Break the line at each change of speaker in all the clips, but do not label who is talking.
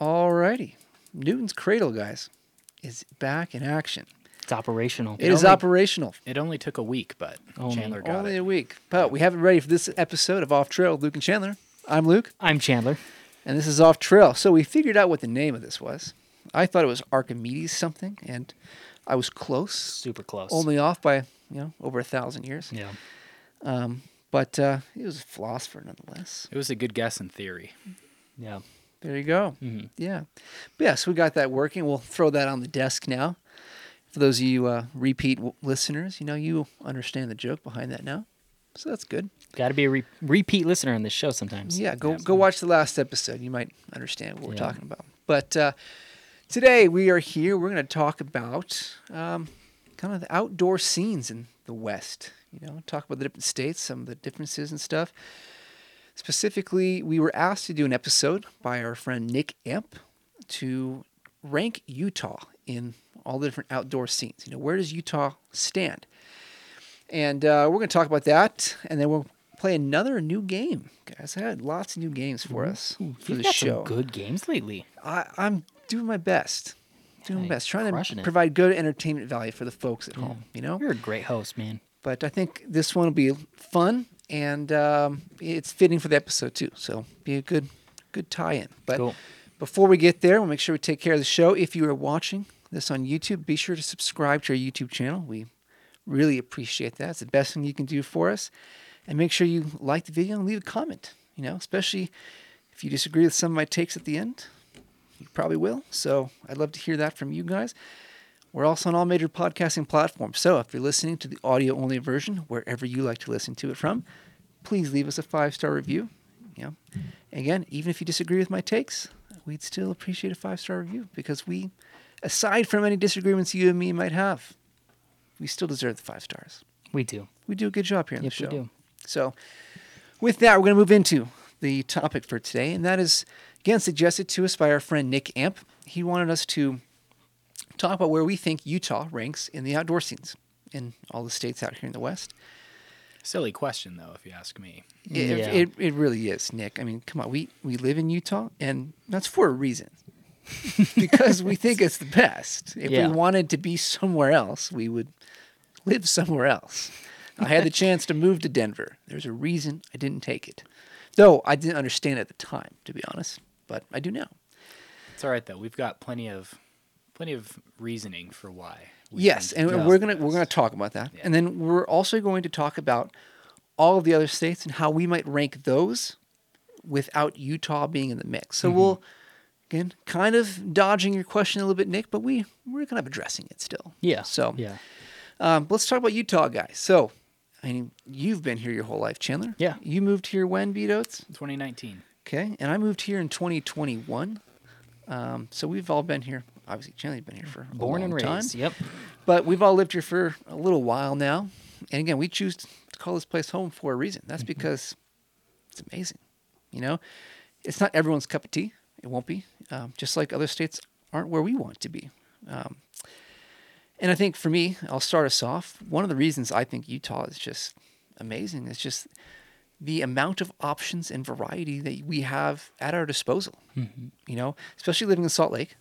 Alrighty. Newton's Cradle, guys, is back in action.
It's operational.
it is
only-
operational.
It only took a week, but
Only-
Chandler got
Only
it.
a week. But we have it ready for this episode of Off Trail with Luke and Chandler. I'm Luke,
I'm Chandler.
and this is Off Trail. So we figured out what the name of this was. I thought it was Archimedes something, and I was close.
Super close.
Only off by, you know, over a thousand years.
yeah.
Um, but uh, he was a philosopher nonetheless.
It was a good guess in theory.
Yeah.
There you go.
Mhm.
Yeah. But yeah, so we got that working. We'll throw that on the desk now. For those of you uh, repeat w- listeners, you know, you understand the joke behind that now. So that's good.
Got to be a re- repeat listener on this show sometimes.
Yeah, go
Yeah.
go watch the last episode. You might understand what we're
Yeah.
talking about. But uh, today we are here. We're going to talk about um, kind of the outdoor scenes in the West. You know, talk about the different states, some of the differences and stuff. Specifically, we were asked to do an episode by our friend Nick Amp to rank Utah in all the different outdoor scenes. You know, where does Utah stand? And uh, we're going to talk about that, and then we'll play another new game, guys. I had lots of new games for us for
You've
the
got
show.
some good games lately.
I, I'm doing my best, doing my
you're
best, trying
crushing
to
it.
provide good entertainment value for the folks at home. You know,
You're a great host, man.
but I think this one will be fun, and um, it's fitting for the episode too. So be a good, good tie-in. But
Cool.
before we get there, we'll make sure we take care of the show. If you are watching this on YouTube, be sure to subscribe to our YouTube channel. We really appreciate that. It's the best thing you can do for us. And make sure you like the video and leave a comment. You know, especially if you disagree with some of my takes at the end, you probably will. So I'd love to hear that from you guys. We're also on all major podcasting platforms. So if you're listening to the audio only version, wherever you like to listen to it from, please leave us a five star review. You know, again, even if you disagree with my takes, we'd still appreciate a five star review because we, aside from any disagreements you and me might have, we still deserve the five stars.
We do.
We do a good job here on
Yep,
the
we
show.
do.
So, with that, we're going to move into the topic for today, and that is again suggested to us by our friend Nick Amp. He wanted us to talk about where we think Utah ranks in the outdoor scenes in all the states out here in the West.
Silly question, though, if you ask me.
It,
Yeah.
it, it really is, Nick. I mean, come on, we, we live in Utah, and that's for a reason because we think it's the best. If
Yeah.
we wanted to be somewhere else, we would live somewhere else. I had the chance to move to Denver. There's a reason I didn't take it, though I didn't understand at the time, to be honest, but I do now.
It's all right though. We've got plenty of plenty of reasoning for why. we
yes,
think
and
it's
we're
the
gonna we're
best.
gonna talk about that,
Yeah.
and then we're also going to talk about all of the other states and how we might rank those without Utah being in the mix. So
Mm-hmm.
we'll again kind of dodging your question a little bit, Nick, but we we're kind of addressing it still.
Yeah.
So
yeah.
um, let's talk about Utah, guys. So I mean, you've been here your whole life, Chandler.
Yeah.
You moved here when, B
2019.
Okay, and I moved here in 2021. Um, so we've all been here. Obviously, Chandler's been here for a
Born and
long time.
raised. Yep.
But we've all lived here for a little while now. And again, we choose to call this place home for a reason. That's because it's amazing. You know, it's not everyone's cup of tea. It won't be. Um, just like other states aren't where we want to be. Um, and I think for me, I'll start us off. One of the reasons I think Utah is just amazing is just the amount of options and variety that we have at our disposal. You know, especially living in Salt Lake,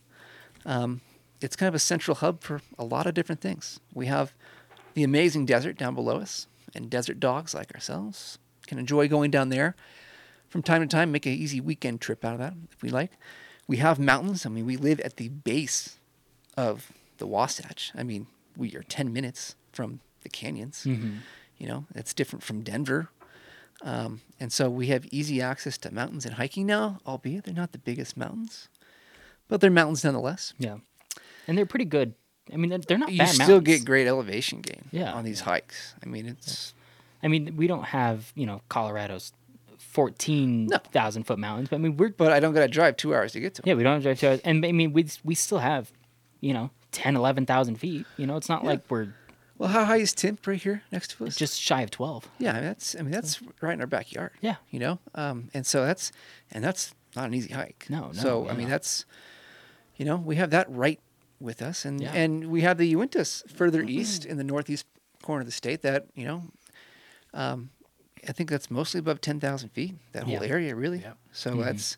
um, it's kind of a central hub for a lot of different things. We have the amazing desert down below us, and desert dogs like ourselves can enjoy going down there from time to time, make an easy weekend trip out of that if we like. We have mountains. I mean, we live at the base of the Wasatch. I mean, we are 10 minutes from the canyons. You know, that's different from Denver. Um, and so we have easy access to mountains and hiking now, albeit they're not the biggest mountains, but they're mountains nonetheless.
Yeah. And they're pretty good. I mean, they're- they're not
You
bad
still
mountains.
get great elevation gain
Yeah.
on these hikes. I mean, it's
I mean, we don't have you know Colorado's fourteen thousand foot mountains, but I mean we're
but I don't got to drive two hours to get to it.
yeah we don't have drive to and I mean we we still have you know 10, 11,000 feet. You know, it's not like we're
Well, how high is Timp right here next to us?
just shy of twelve.
Yeah, I mean, that's I mean that's right in our backyard.
Yeah.
you know, um, and so that's and that's not an easy hike.
No, no,
So I
yeah.
mean that's, you know, we have that right with us, and
Yeah. Mm-hmm.
and we have the Uintas further east in the northeast corner of the state. That you know, um, I think that's mostly above ten thousand feet. That whole
Yeah. Mm-hmm.
area really.
Yep.
So that's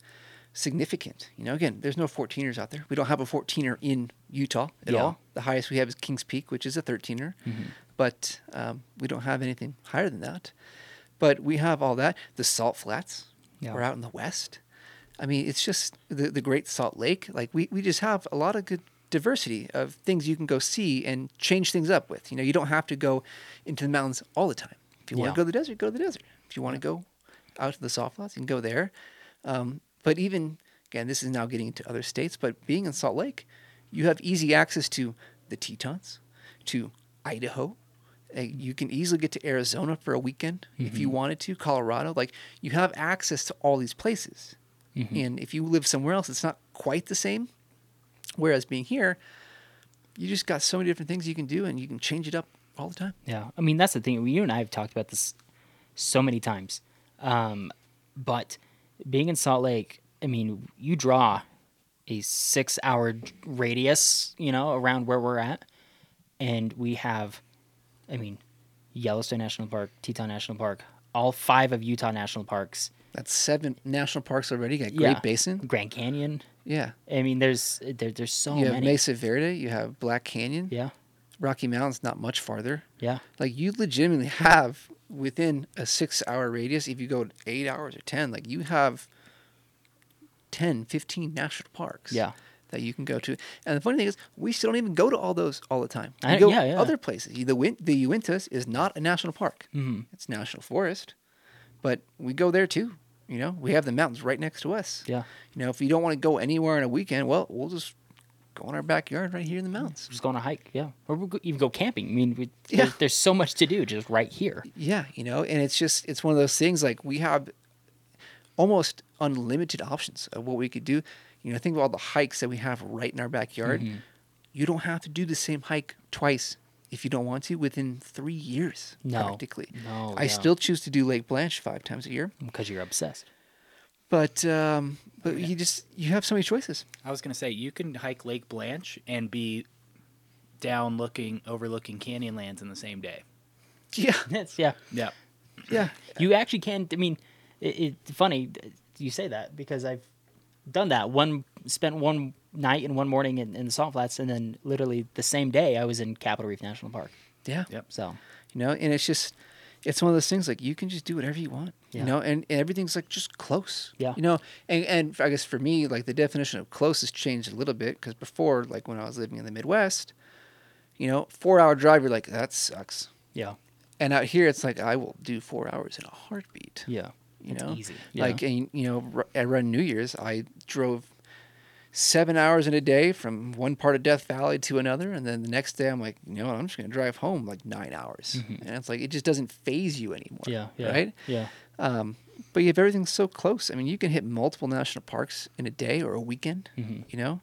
significant. You know, again, there's no 14ers out there. We don't have a 14er in Utah at
Yeah.
all. The highest we have is Kings Peak, which is a 13er,
Mm-hmm.
but um, we don't have anything higher than that. But we have all that. The salt flats
Yeah.
are out in the west. I mean, it's just the, the Great Salt Lake. Like, we, we just have a lot of good diversity of things you can go see and change things up with. You know, you don't have to go into the mountains all the time. If you want
Yeah.
to go to the desert, go to the desert. If you want to go out to the soft flats, you can go there. Um, but even, again, this is now getting into other states, but being in Salt Lake, you have easy access to the Tetons, to Idaho. Uh, You can easily get to Arizona for a weekend if
Mm-hmm.
you wanted to, Colorado. Like you have access to all these places.
Mm-hmm.
And if you live somewhere else, it's not quite the same. Whereas being here, you just got so many different things you can do and you can change it up all the time.
Yeah, I mean that's the thing. You and I have talked about this so many times, um, but being in Salt Lake, I mean, you draw a six-hour radius, you know, around where we're at, and we have, I mean, Yellowstone National Park, Teton National Park, all five of Utah national parks,
That's seven national parks already. You got Great
Yeah.
Basin.
Grand Canyon.
Yeah.
I mean, there's there, there's so
you have
many.
Mesa Verde. You have Black Canyon.
Yeah,
Rocky Mountains, not much farther.
yeah,
Like you legitimately have within a six hour radius, if you go to eight hours or 10, like you have 10, 15 national parks.
Yeah.
That you can go to. And the funny thing is, we still don't even go to all those all the time. We
I-
go
yeah, Mm. yeah.
other places. The, Win- the Uintas is not a national park, mm-hmm. it's national forest, but we go there too. You know, we have the mountains right next to us.
yeah.
You know, if you don't want to go anywhere on a weekend, well, we'll just go in our backyard right here in the mountains.
Just go on a hike, yeah, or we could even go camping. I mean, we,
Yeah.
there's, there's so much to do just right here.
Yeah, you know, and it's just it's one of those things like we have almost unlimited options of what we could do. You know, think of all the hikes that we have right in our backyard.
Mm-hmm.
You don't have to do the same hike twice if you don't want to within three years
No.
practically.
No,
I
yeah.
still choose to do Lake Blanche five times a year.
because you're obsessed.
But um but you just you have so many choices.
I was gonna say you can hike Lake Blanche and be down looking overlooking Canyonlands in the same day.
Yeah.
That's yeah.
Yeah.
Yeah.
You actually can. I mean, it, it's funny that you say that because I've done that. One spent one night and one morning in, in the Salt Flats, and then literally the same day I was in Capitol Reef National Park.
Yeah.
Yep.
So
you know and it's just it's one of those things like you can just do whatever you want
Yeah.
you know and, and everything's like just close
Yeah.
you know and, and i guess for me like the definition of close has changed a little bit because before like when i was living in the midwest you know four hour drive you're like that sucks
yeah,
and out here it's like i will do four hours in a heartbeat
yeah,
you
It's
know
easy.
like and, you know r- around new year's i drove seven hours in a day from one part of death valley to another and then the next day i'm like you know what i'm just going to drive home like nine hours and it's like it just doesn't phase you anymore
Mm-hmm. yeah, yeah,
right
yeah,
um, but you have everything so close. I mean, you can hit multiple national parks in a day or a weekend.
Mm-hmm.
You know,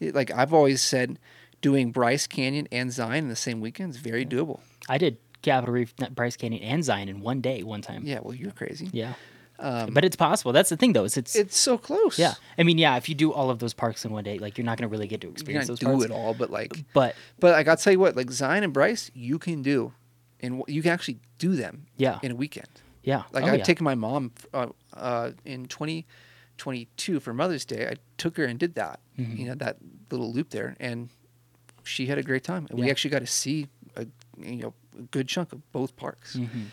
It- like I've always said, doing Bryce Canyon and Zion in the same weekend is very doable.
I did Capitol Reef, not Bryce Canyon, and Zion in one day, one time.
Yeah, Um, well, you're crazy.
yeah. but it's possible. That's the thing, though. Is it's,
It's so close.
yeah. I mean, yeah. If you do all of those parks in one day, like you're not gonna really get to
you're
experience
not
those
do
parks.
it all, but like,
But
but like I'll tell you what, like Zion and Bryce, you can do, and you can actually do them.
Yeah.
in a weekend.
yeah,
Like
Oh,
I've
yeah.
taken my mom uh, uh, in 2022 for Mother's Day. I took her and did that,
Mm-hmm.
you know, that little loop there, and she had a great time. And we
Yeah.
actually got to see a you know a good chunk of both parks,
Mm-hmm.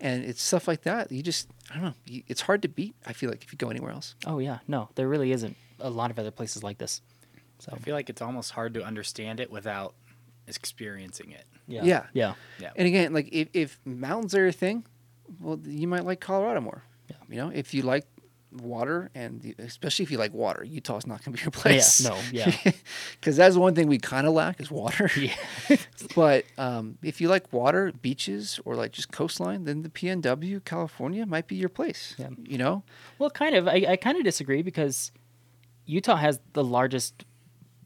and it's stuff like that. You just I don't know. You, it's hard to beat. I feel like if you go anywhere else.
Oh yeah, no, there really isn't a lot of other places like this.
I feel like it's almost hard to understand it without experiencing it.
Yeah,
Yeah.
yeah,
Yeah.
And again, like if, if mountains are your thing, well, you might like Colorado more.
Yeah.
You know, if you like water and the, especially if you like water, Utah's not going to be your
Oh, Yeah,
place.
no, yeah.
Because that's one thing we kind of lack is water.
yeah,
but um, if you like water, beaches, or like just coastline, then the PNW, California might be your place.
Yeah.
You know?
Well, kind of. I, I kind of disagree because Utah has the largest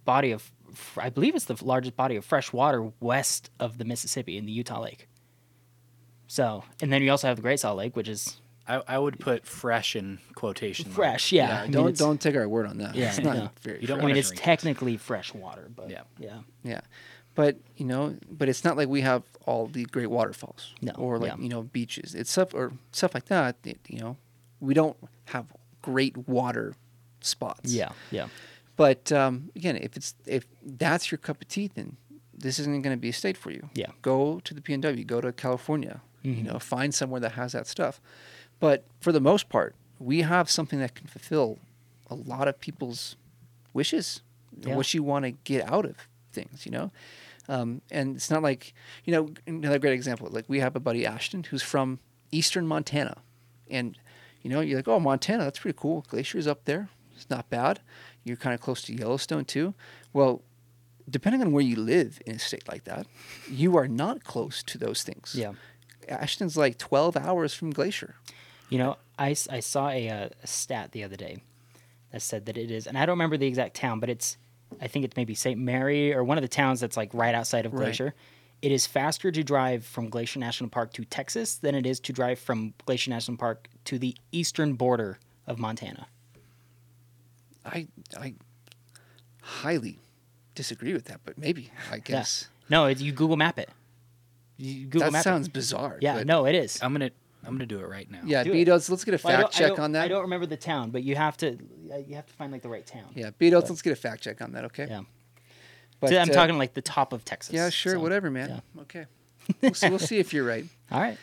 body of, f- I believe it's the f- largest body of fresh water west of the Mississippi in the Utah Lake. So, and then you also have the Great Salt Lake, which is
I, I would put fresh in quotation marks.
fresh. Yeah, I mean,
don't
it's-
don't take our word on that.
Yeah,
It's not
no.
very
You don't
I
fresh.
mean,
wanna
it's
drink this.
technically fresh water, but yeah,
Yeah.
yeah,
Yeah. But you know, but it's not like we have all the great waterfalls
No,
or like
yeah.
you know beaches. It's stuff or stuff like that. It, you know, we don't have great water spots.
Yeah. Yeah.
But um, again, if it's if that's your cup of tea, then this isn't going to be a state for you.
Yeah.
Go to the PNW. Go to California. You know, find somewhere that has that stuff. But for the most part, we have something that can fulfill a lot of people's wishes,
Yeah.
what you want to get out of things. You know, um, and it's not like you know another great example. Like we have a buddy Ashton who's from Eastern Montana, and you know you're like, oh Montana, that's pretty cool. Glaciers up there, it's not bad. You're kind of close to Yellowstone too. Well, depending on where you live in a state like that, you are not close to those things.
Yeah.
Ashton's like 12 hours from Glacier.
You know, I, s- I saw a, uh, a stat the other day that said that it is, and I don't remember the exact town, but it's, I think it's maybe St. Mary or one of the towns that's like right outside of
Right.
Glacier. It is faster to drive from Glacier National Park to Texas than it is to drive from Glacier National Park to the eastern border of Montana.
I I highly disagree with that, but maybe I guess
No, it, you Google Map it. You Google
that
Map
sounds
it.
bizarre.
Yeah,
but-
no, it is.
I'm gonna I'm gonna do it right now.
Yeah,
do it.
Beatles. Let's get a
Well, I
fact
don't- I
check
don't-
on that.
I don't remember the town, but you have to uh, you have to find like the right town.
yeah, Beatles. let's get a fact check on that. Okay.
Yeah.
But,
So I'm
uh,
talking like the top of Texas.
Yeah, sure,
so,
whatever, man. Okay. We'll see, we'll see if you're right.
All right.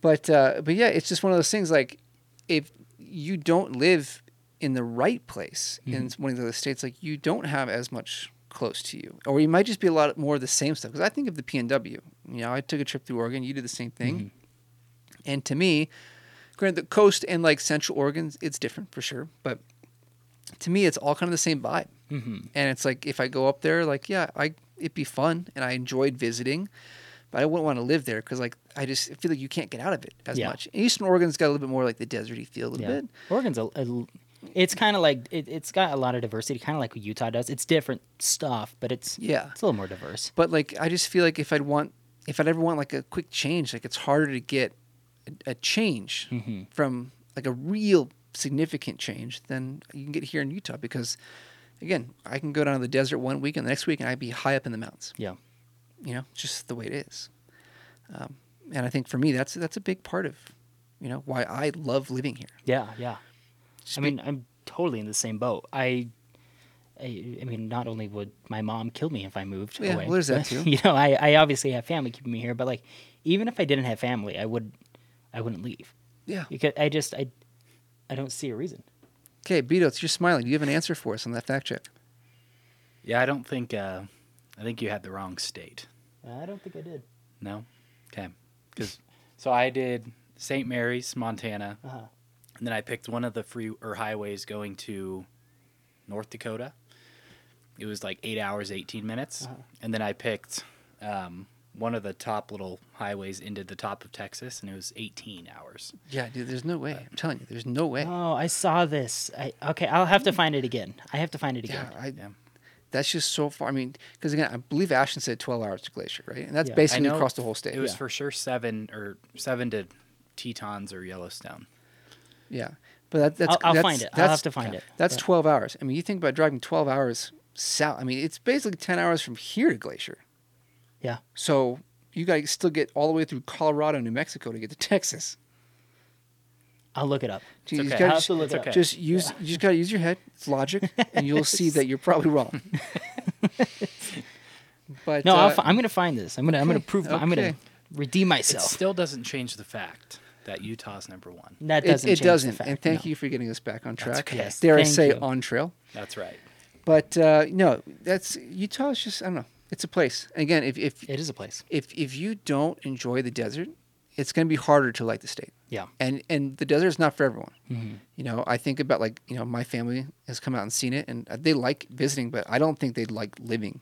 But uh, but yeah, it's just one of those things. Like if you don't live in the right place in one of the other states, like you don't have as much close to you, or you might just be a lot more of the same stuff. Because I think of the PNW. You know, I took a trip through Oregon. You did the same thing, and to me, granted, the coast and like Central Oregon, it's different for sure. But to me, it's all kind of the same vibe. Mm-hmm. And it's like if I go up there, like yeah, I it'd be fun, and I enjoyed visiting, but I wouldn't want to live there because like I just feel like you can't get out of it as
Yeah.
much. Eastern Oregon's got a little bit more like the deserty feel a little bit.
Oregon's a, a- it's kind of like it, it's got a lot of diversity, kind of like what Utah does. It's different stuff, but it's
Yeah.
it's a little more diverse.
But like I just feel like if I'd want if I'd ever want like a quick change, like it's harder to get a, a change from like a real significant change than you can get here in Utah because again, I can go down to the desert one week and the next week and I'd be high up in the mountains.
Yeah,
you know, just the way it is. Um, and I think for me, that's that's a big part of, you know, why I love living here.
yeah, yeah.
Just
I
be-
mean, I'm totally in the same boat. I, I, I mean, not only would my mom kill me if I moved
Yeah,
away.
well, there's that too.
you know, I, I obviously have family keeping me here, but like, even if I didn't have family, I would, I wouldn't leave
yeah.
because I just I, I don't see a reason.
Okay, Beatles, you're smiling. Do you have an answer for us on that fact check?
Yeah, I don't think uh, I think you had the wrong state.
I don't think I did.
No. Okay. Because so I did St. Mary's, Montana,
Uh-huh.
and then I picked one of the free or highways going to North Dakota. It was like eight hours, eighteen minutes, and then I picked um, one of the top little highways into the top of Texas, and it was eighteen hours.
Yeah, dude, there's no way. I'm telling you, there's no way.
Oh, I saw this. I okay, I'll have to find it again. I have to find it
yeah,
again.
I,
Yeah.
that's just so far. I mean, because again, I believe Ashton said 12 hours to Glacier, right? And that's
Yeah. I
I
basically
know
across the whole state.
It was
yeah.
for sure seven or seven to Tetons or Yellowstone.
yeah. But that, that's
I'll- I'll
that's,
find it. I'll
that's-
have to find it.
That's
Yeah.
12 hours. I mean, you think about driving 12 hours south. I mean, it's basically 10 hours from here to Glacier.
Yeah.
So you guys still get all the way through Colorado, New Mexico to get to Texas.
I'll look it up.
You
okay.
just
I'll
gotta,
have
just,
to look it
okay.
up.
just use you just gotta use your head. It's logic, and you'll see that you're probably wrong. but
No, I'll
uh,
fi- I'm gonna find this. I'm gonna I'm gonna prove. my- I'm gonna
okay.
redeem
It
myself.
still doesn't change the fact that Utah's number one.
that
it,
doesn't.
it
change
doesn't.
The fact,
and thank
no.
you for getting us back on track.
okay. Yes,
Dare I
thank
say
you.
on trail?
That's right.
But uh, no, that's Utah's just I don't know. It's a place. And again, if if
It is a place.
if if you don't enjoy the desert, it's going to be harder to like the state.
Yeah.
And and the desert is not for everyone.
Mm-hmm.
You know, I think about like you know my family has come out and seen it, and they like visiting, but I don't think they like living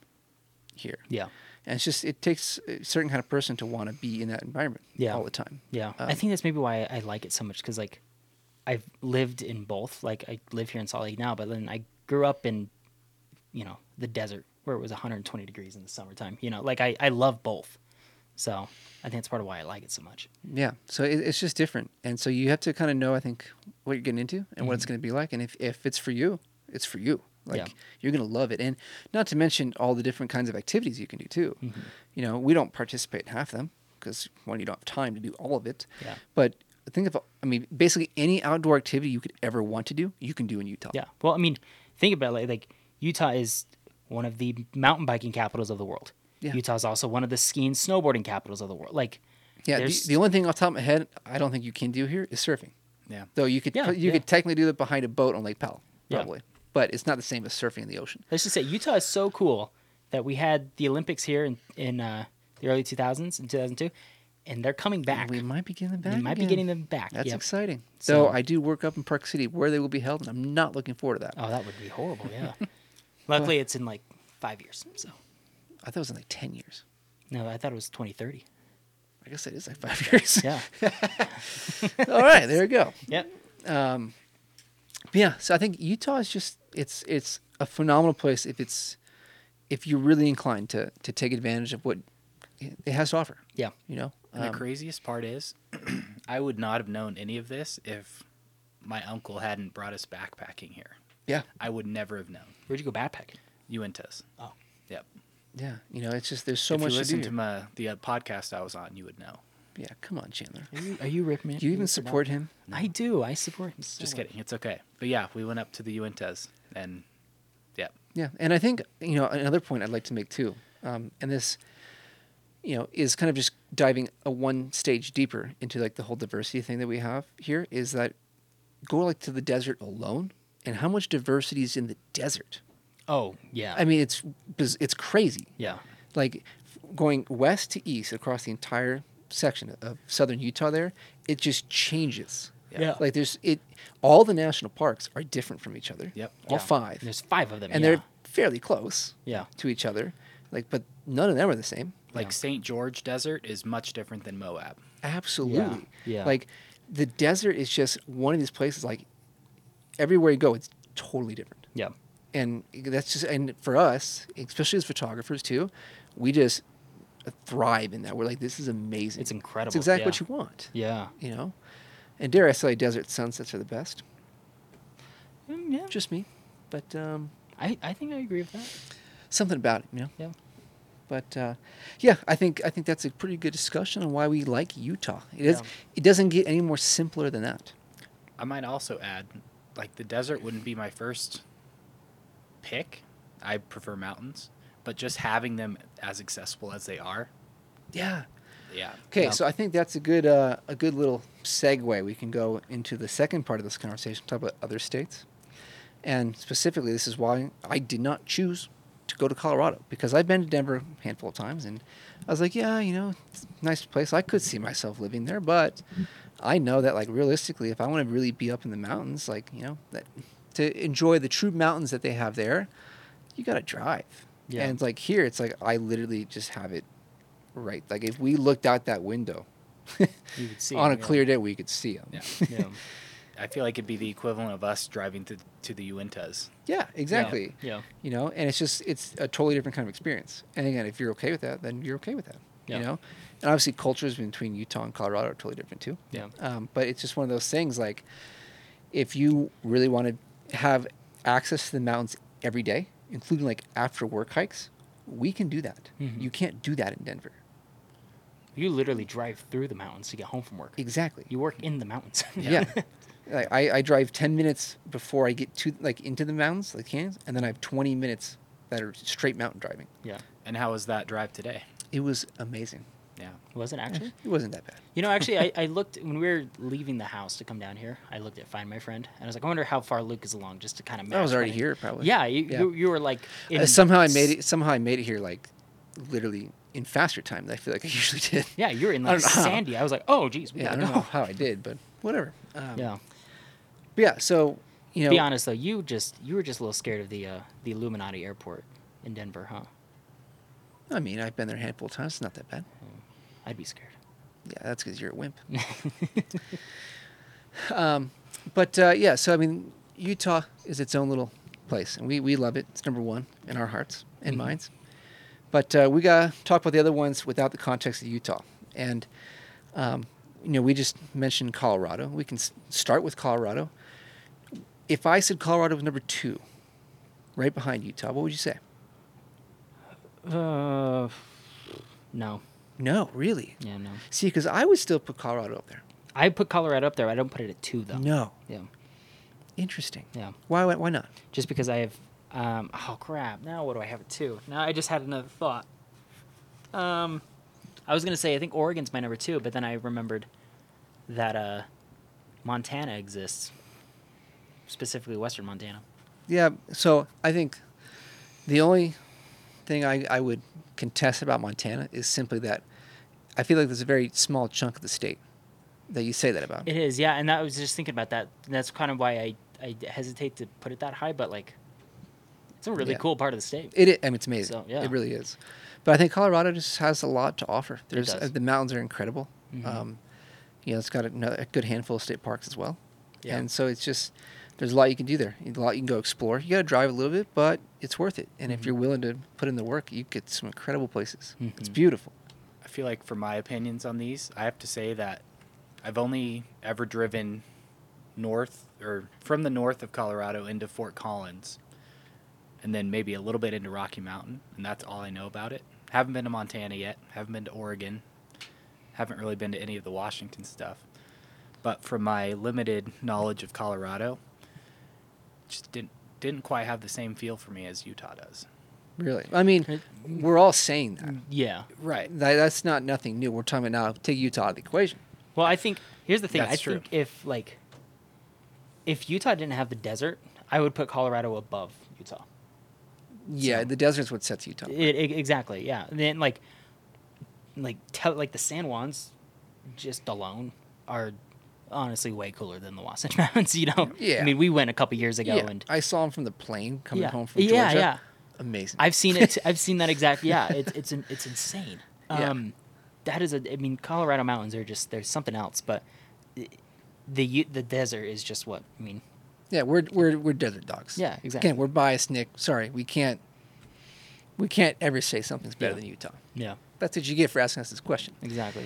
here.
Yeah.
And it's just it takes a certain kind of person to want to be in that environment
Yeah.
all the time.
Yeah. I
Um,
think that's maybe why I like it so much because like, I've lived in both. Like I live here in Salt Lake now, but then I grew up in, you know, the desert where it was 120 degrees in the summertime. You know, like I I love both. So I think that's part of why I like it so much.
Yeah. So it, it's just different, and so you have to kind of know I think what you're getting into and what it's going to be like, and if if it's for you, it's for you. Like
Mm-hmm. Yeah.
you're going to love it, and not to mention all the different kinds of activities you can do too.
Mm-hmm.
You know, we don't participate in half of them because one, you don't have time to do all of it.
Yeah.
But think of I mean basically any outdoor activity you could ever want to do, you can do in Utah.
Yeah. Well, I mean, think about it, like like Utah is one of the mountain biking capitals of the world.
Yeah.
Utah is also one of the skiing snowboarding capitals of the world. Like
Yeah. The,
there's-
the only thing off the top of my head I don't think you can do here is surfing.
Yeah.
Though you could
Yeah,
you
yeah.
could technically do that behind a boat on Lake Powell,
Yeah.
probably. But it's not the same as surfing in the ocean.
let's just say Utah is so cool that we had the Olympics here in in uh, the early 2000s in 2002 and they're coming back.
We
We
might be getting them back.
might be
again.
getting them back.
That's
Yep.
exciting. So,
So-
I do work up in Park City where they will be held, and I'm not looking forward to that.
Oh, that would be horrible. Yeah. Luckily, it's in like five years. So
I thought it was in like ten years.
no, I thought it was 2030.
I guess it is like five years.
Yeah.
All right, there you go.
yep.
But yeah, so I think Utah is just it's it's a phenomenal place if it's if you're really inclined to to take advantage of what it has to offer.
Yeah.
You know,
And
Um,
the craziest part is, I would not have known any of this if my uncle hadn't brought us backpacking here.
yeah,
I would never have known.
Where'd you go backpacking?
Uintas.
Oh.
Yep.
yeah. You know, it's just there's so
if
much
you
to do. Oh,
listen to my the uh, podcast I was on, you would know.
yeah, come on, Chandler.
Are you, are you Rip Man?
Do you even support him?
I do. I support him. so
Just
much.
kidding. It's okay. But yeah, we went up to the Uintas and yep.
Yeah, and I think you know another point I'd like to make too, um, and this, you know, is kind of just diving a one stage deeper into like the whole diversity thing that we have here is that go like to the desert alone, and how much diversity is in the desert.
Oh yeah.
I mean, it's biz- it's crazy.
yeah.
Like going west to east across the entire section of southern Utah, there it just changes.
Yeah.
Yeah.
Like there's it, all the national parks are different from each other.
Yep.
all
Yeah.
five
There's five of them.
and
yeah.
they're fairly close
Yeah.
to each other like but none of them are the same
Like
Yeah.
St. George Desert is much different than Moab.
absolutely
Yeah.
like the desert is just one of these places like everywhere you go it's totally different
Yeah.
and that's just and for us especially as photographers too we just thrive in that we're like this is amazing
It's incredible,
it's exactly what
yeah.
you want
Yeah.
you know and dare i say desert sunsets are the best
Mm, yeah.
just me but um
I, I think I agree with that.
something about it you know
Yeah.
But uh, yeah, I think I think that's a pretty good discussion on why we like Utah. It is.
Yeah.
It doesn't get any more simpler than that.
I might also add, like the desert wouldn't be my first pick. I prefer mountains, but just having them as accessible as they are,
Yeah.
yeah.
Okay,
Yeah.
so I think that's a good uh, a good little segue. We can go into the second part of this conversation, talk about other states, and specifically, this is why I did not choose to go to Colorado because I've been to Denver a handful of times, and I was like, yeah, you know, it's a nice place. I could see myself living there, but I know that like realistically, if I want to really be up in the mountains, like you know, that to enjoy the true mountains that they have there, you got to drive.
Yeah.
And like here, it's like I literally just have it right. Like if we looked out that window
You could see
on a
it, yeah.
clear day, we could see them.
Yeah.
Yeah.
I feel like it'd be the equivalent of us driving to to the Uintas.
Yeah, exactly.
Yeah.
You know, and it's just it's a totally different kind of experience. And again, if you're okay with that, then you're okay with that.
Yeah.
You know, and obviously cultures between Utah and Colorado are totally different too.
Yeah.
Um, but it's just one of those things. Like, if you really want to have access to the mountains every day, including like after work hikes, we can do that.
Mhm.
You can't do that in Denver.
You literally drive through the mountains to get home from work.
Exactly.
You work in the mountains.
E Yeah. like I, I drive 10 minutes before I get to like into the mountains, like canyons, and then I have 20 minutes that are straight mountain driving.
yeah.
And how was that drive today?
It was amazing.
Yeah.
Was it actually?
It wasn't that bad.
You know, actually, I, I looked when we were leaving the house to come down here. I looked at Find My Friend, and I was like, I wonder how far Luke is along, just to kind of.
I was already here, probably.
Yeah, you,
Yeah.
You, you were like.
Uh, somehow I made it. Somehow I made it here like literally in faster time than I feel like I usually did.
Yeah, you were in
I
like
don't know how.
Sandy. I was like, oh, geez, we
Yeah, I
gotta
don't
go.
know how I did, but whatever. Um,
Yeah.
but yeah. So you know,
Be honest though, you just you were just a little scared of the uh, the Illuminati airport in Denver, huh?
I mean, I've been there a handful of times. It's not that bad.
I'd be scared.
Yeah, that's because you're a wimp. um, but uh, yeah, so I mean, Utah is its own little place, and we, we love it. It's number one in our hearts and minds. But uh, we gotta talk about the other ones without the context of Utah, and um, you know, we just mentioned Colorado. We can s- start with Colorado. If I said Colorado was number two, right behind Utah, what would you say?
Uh, no,
No, really. Uh,
yeah, no.
See, because I would still put Colorado up there.
I put Colorado up there. I don't put it at two though.
No.
Yeah.
Interesting.
Yeah.
Why? Why, why not?
Just because I have. Um, oh crap! Now what do I have at two? Now I just had another thought. Um, I was gonna say I think Oregon's my number two, but then I remembered that uh, Montana exists, specifically Western Montana.
Yeah. So I think the only thing I, I would contest about Montana is simply that I feel like there's a very small chunk of the state that you say that about.
It is, yeah. And that, I was just thinking about that. And that's kind of why I, I hesitate to put it that high, but like, it's a really
Yeah.
cool part of the state.
It, i- I mean, it's amazing.
So, yeah.
It really is. But I think Colorado just has a lot to offer. There's
does.
uh, the mountains are incredible.
Mhm.
Um, you know, it's got another, a good handful of state parks as well.
Yeah.
And so it's just there's a lot you can do there. A lot you can go explore. You got to drive a little bit, but it's worth it. And
Mm-hmm.
if you're willing to put in the work, you get some incredible places.
Mm-hmm.
It's beautiful.
I feel like for my opinions on these, I have to say that I've only ever driven north or from the north of Colorado into Fort Collins and then maybe a little bit into Rocky Mountain, and that's all I know about it. Haven't been to Montana yet, haven't been to Oregon, haven't really been to any of the Washington stuff. But from my limited knowledge of Colorado, just didn't didn't quite have the same feel for me as Utah does.
Really. I mean, we're all saying that.
Yeah.
Right.
That- That's not nothing new. We're talking about now take Utah out of the equation.
Well, I think here's the thing. I
That's true.
think if like, if Utah didn't have the desert, I would put Colorado above Utah.
Oh, Yeah, the desert's what sets Utah. apart.
It, e- exactly. Yeah. And then like, like tell like the San Juans, just alone are honestly way cooler than the Wasatch Mountains. You know.
Yeah.
I mean, we went a couple years ago,
yeah,
and
I saw him from the plane coming
Yeah.
home from Georgia.
Yeah, yeah.
Amazing.
I've seen it. I've seen that exact. Yeah, it's it's in- it's insane.
Yeah.
Um, that is a. I mean, Colorado mountains are just there's something else, but the- the u- the desert is just what I mean.
Yeah, we're we're we're desert dogs.
Yeah, exactly.
Again, we're biased, Nick. Sorry, we can't we can't ever say something's better
Yeah.
than Utah.
Yeah,
That's what you get for asking us this question.
exactly.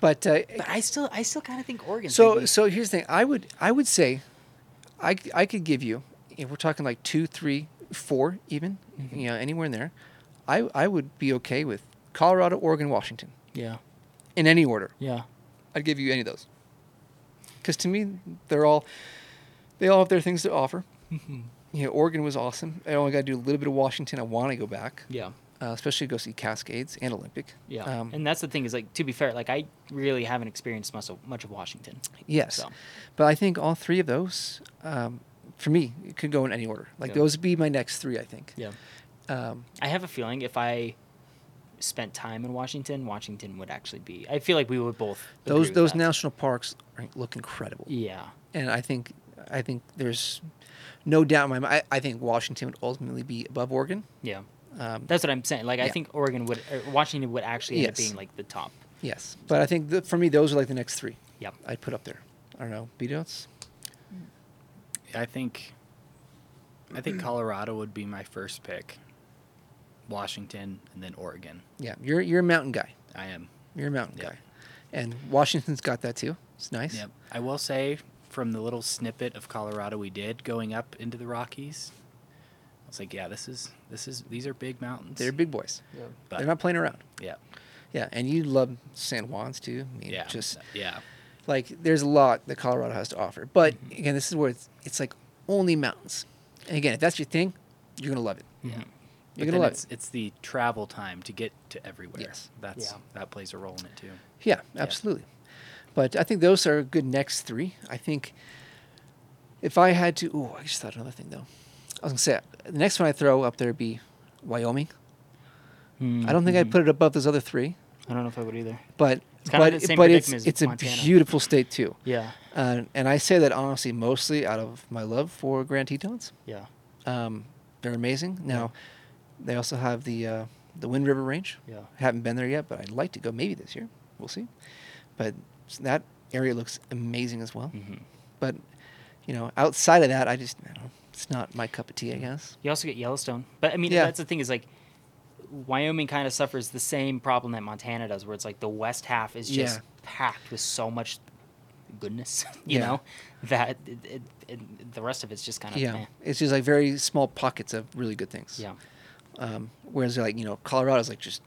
But, uh,
But I still I still kind of think Oregon.
so so here's the thing. I would I would say, I c- I could give you if we're talking like two, three, four, even
Mm-hmm.
you know anywhere in there, I I would be okay with Colorado, Oregon, Washington
yeah
in any order.
yeah
I'd give you any of those. Because to me, they're all they all have their things to offer. you know, Oregon was awesome. I only got to do a little bit of Washington. I want to go back,
yeah
uh, especially go see Cascades and Olympic.
yeah.
Um,
and that's the thing is like to be fair, like I really haven't experienced much of, much of Washington.
yes,
so.
but I think all three of those, um, for me, it could go in any order. Like
Yeah.
those would be my next three. I think.
Yeah,
Um,
I have a feeling if I spent time in Washington, Washington would actually be. I feel like we would both agree
those
with
those
that.
national parks are- look incredible.
Yeah.
and I think I think there's no doubt in my mind. I, I think Washington would ultimately be above Oregon.
Yeah.
Um,
That's what I'm saying. Like, I
Yeah.
think Oregon would, or Washington would actually end up
Yes.
being like the top.
Yes, but I think th for me those are like the next three.
Yep.
I'd put up there. I don't know. B notes.
I think I think Colorado would be my first pick. Washington and then Oregon.
Yeah, you're you're a mountain guy.
I am.
You're a mountain
Yep.
guy, and Washington's got that too. It's nice.
Yep. I will say from the little snippet of Colorado we did going up into the Rockies, I was like, yeah, this is this is these are big mountains.
They're big boys.
But-
They're not playing around.
yeah.
Yeah, and you love San Juan's too. I mean,
Yeah.
Just
yeah.
like there's a lot that Colorado has to offer. But
Mm-hmm.
again, this is where it's, it's like only mountains. And again, if that's your thing, you're gonna love it.
Yeah.
You're
But
gonna
then
love
it's,
it.
it's the travel time to get to everywhere.
Yes.
That's
Yeah.
that plays a role in it too.
Yeah, absolutely. But I think those are good next three. I think if I had to, oh, I just thought of another thing though. I was gonna say the next one I throw up there would be Wyoming. Mm-hmm. I don't think I'd put it above those other three,
I don't know if I would either.
but
Mm-hmm. It's kinda
but
the same
but it's
predicament as
it's a
Montana.
beautiful state too.
Yeah.
Uh, and I say that honestly, mostly out of my love for Grand Tetons.
Yeah.
Um, they're amazing. Now, they also have the uh, the Wind River Range.
Yeah.
haven't been there yet, but I'd like to go maybe this year. We'll see. But s- that area looks amazing as well.
Hmm. Mm-hmm.
But you know, outside of that, I just I don't know, it's not my cup of tea. I guess.
You also get Yellowstone, but I mean,
Yeah.
that's the thing is like, Wyoming kind of suffers the same problem that Montana does, where it's like the west half is just
Yeah.
packed with so much goodness, you
Yeah.
know, that it, it, it, the rest of it's just kind of
yeah, it's just like very small pockets of really good things.
yeah,
Um, whereas like you know, Colorado's like just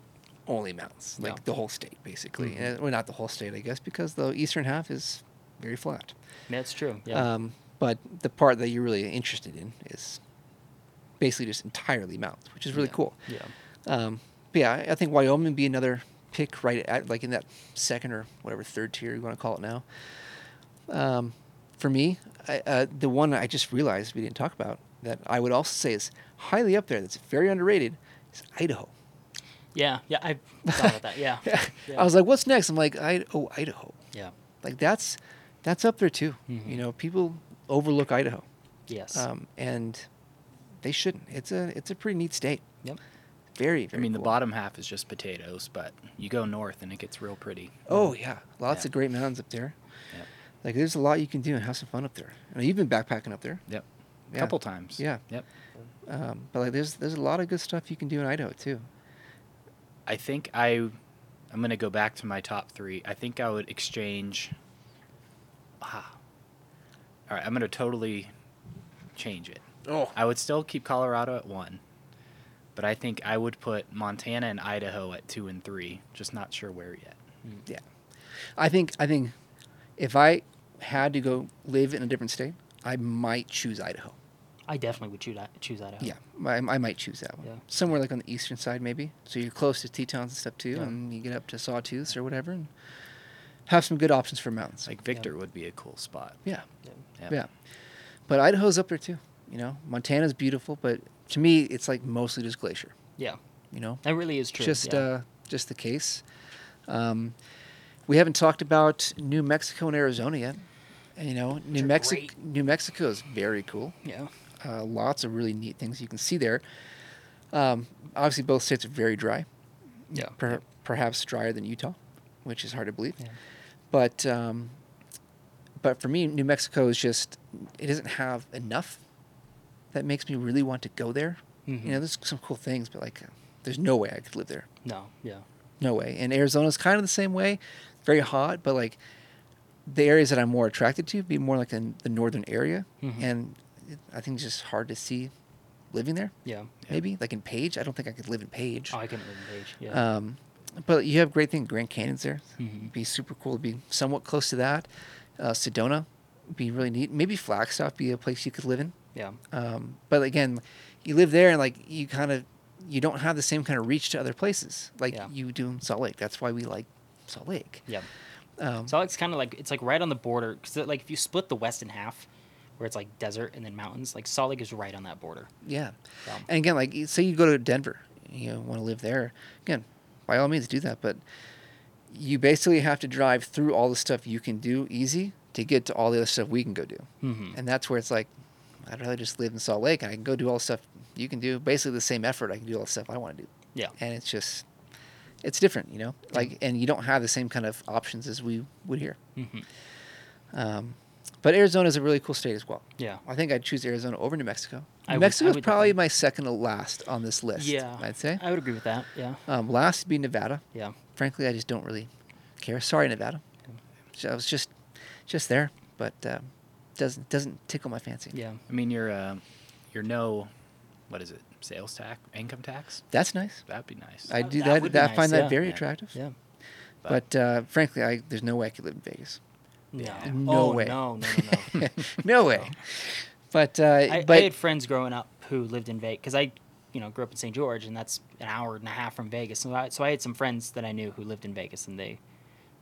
only mountains, like
Yeah. Mm-hmm.
the whole state basically. And, well, not the whole state, I guess, because the eastern half is very flat.
That's true. Yeah.
Um, but the part that you're really interested in is basically just entirely mountains, which is really
Yeah.
cool.
yeah.
Um, but yeah, I- I think Wyoming would be another pick right at like in that second or whatever third tier you want to call it now. Um, for me, I, uh, the one I just realized we didn't talk about that I would also say is highly up there. That's very underrated. Is Idaho.
Yeah. Yeah. I thought about that. Yeah. yeah.
I was like, what's next? I'm like, I- oh, Idaho.
yeah.
Like that's that's up there too.
Mm-hmm.
Mhm.
You know, people overlook Idaho,
Yes.
um, and they shouldn't. It's a it's a pretty neat state.
yep.
Very,
I
very.
mean, the
cool.
bottom half is just potatoes, but you go north and it gets real pretty.
Oh yeah, lots
Yeah.
of great mountains up there.
Yep.
Like there's a lot you can do and have some fun up there. I mean, you've been backpacking up there,
Yep.
Yeah.
Couple times.
Yeah.
Yep.
um, but like there's there's a lot of good stuff you can do in Idaho too.
I think I, I'm gonna go back to my top three. I think I would exchange. Ah. All right, I'm gonna totally change it.
Oh,
I would still keep Colorado at one, but I think I would put Montana and Idaho at two and three. Just not sure where yet.
yeah. I think I think if I had to go live in a different state, I might choose Idaho.
I definitely would choose that. Choose Idaho.
Yeah, I, I might choose that one.
Yeah.
Somewhere like on the eastern side, maybe. So you're close to Tetons and stuff too,
Yeah.
and you get up to Sawtooth or whatever, and have some good options for mountains.
Like Victor would be a cool spot.
yeah.
Yeah.
Yep.
Yeah. But Idaho's up there too. You know, Montana's beautiful, but to me, it's like mostly just glacier.
Yeah.
You know,
That really is true.
just
yeah.
uh, just the case. Um, we haven't talked about New Mexico and Arizona yet. And, You know, New
are
Mexico.
great.
New Mexico is very cool.
yeah.
Uh, lots of really neat things you can see there. Um, obviously, both states are very dry.
Yeah.
Per- perhaps drier than Utah, which is hard to believe.
Yeah.
But um, but for me, New Mexico is just it doesn't have enough that makes me really want to go there.
Mhm.
You know, there's some cool things, but like, there's no way I could live there.
No. Yeah.
No way. And Arizona's kind of the same way, very hot, but like the areas that I'm more attracted to be more like in the northern area,
Mhm.
and it, I think it's just hard to see living there.
Yeah.
Maybe like in Page, I don't think I could live in Page.
Oh, I couldn't live in Page. Yeah.
Um, but you have great thing. Grand Canyon's there.
Mhm.
It'd be super cool to be somewhat close to that. Uh, Sedona would be really neat. Maybe Flagstaff be a place you could live in.
yeah.
Um, but again, you live there and like you kind of you don't have the same kind of reach to other places like
Yeah.
you do in Salt Lake. That's why we like Salt Lake.
Yeah.
Um,
Salt Lake's kind of like it's like right on the border because like if you split the west in half, where it's like desert and then mountains, like Salt Lake is right on that border.
yeah.
Yeah.
And again, like say you go to Denver, you want to live there. Again, by all means do that, but you basically have to drive through all the stuff you can do easy to get to all the other stuff we can go do.
Mm-hmm.
And that's where it's like, I'd rather just live in Salt Lake and I can go do all the stuff you can do. Basically, the same effort. I can do all the stuff I want to do.
Yeah.
And it's just, it's different, you know? Like, and you don't have the same kind of options as we would here.
Mm-hmm.
Um, but Arizona is a really cool state as well.
Yeah.
I think I'd choose Arizona over New Mexico.
I
New
would-
Mexico
I
is
would
probably
definitely-
my second to last on this list,
yeah.
I'd say.
I would agree with that. Yeah.
Um, last would be Nevada.
Yeah.
Frankly, I just don't really care. Sorry, Nevada. So I was just, just there, but um, doesn't doesn't tickle my fancy.
Yeah.
I mean, your uh, your no, what is it? Sales tax, income tax.
That's nice.
That'd be nice.
I
That-
do
that
that.
would
that,
be
I find
nice,
that
yeah.
very
Yeah.
attractive.
Yeah.
But, uh, frankly, I, there's no way I could live in Vegas.
Yeah.
No
oh,
way.
No. No. No. No.
no way. But uh,
I,
but
I had friends growing up who lived in Vegas because I, you know, grew up in St. George, and that's an hour and a half from Vegas. So I, so I had some friends that I knew who lived in Vegas, and they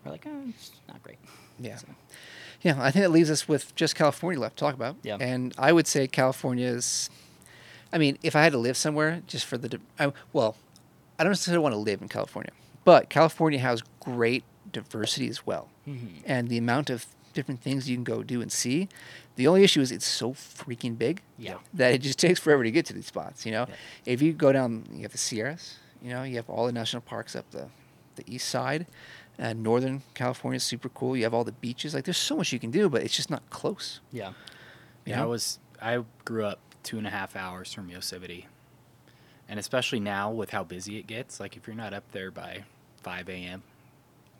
were like, oh, "It's not great."
yeah,
So,
yeah. I think that leaves us with just California left to talk about.
Yeah.
And I would say California is. I mean, if I had to live somewhere just for the, di- I, well, I don't necessarily want to live in California, but California has great diversity as well,
mm-hmm.
and the amount of different things you can go do and see. The only issue is it's so freaking big.
Yeah.
that it just takes forever to get to these spots. You know,
Yeah.
if you go down, you have the Sierras. You know, you have all the national parks up the, the east side, and Northern California is super cool. You have all the beaches. Like, there's so much you can do, but it's just not close.
yeah.
Yeah,
Yeah.
I was. I grew up two and a half hours from Yosemite, and especially now with how busy it gets, like if you're not up there by 5 a.m.,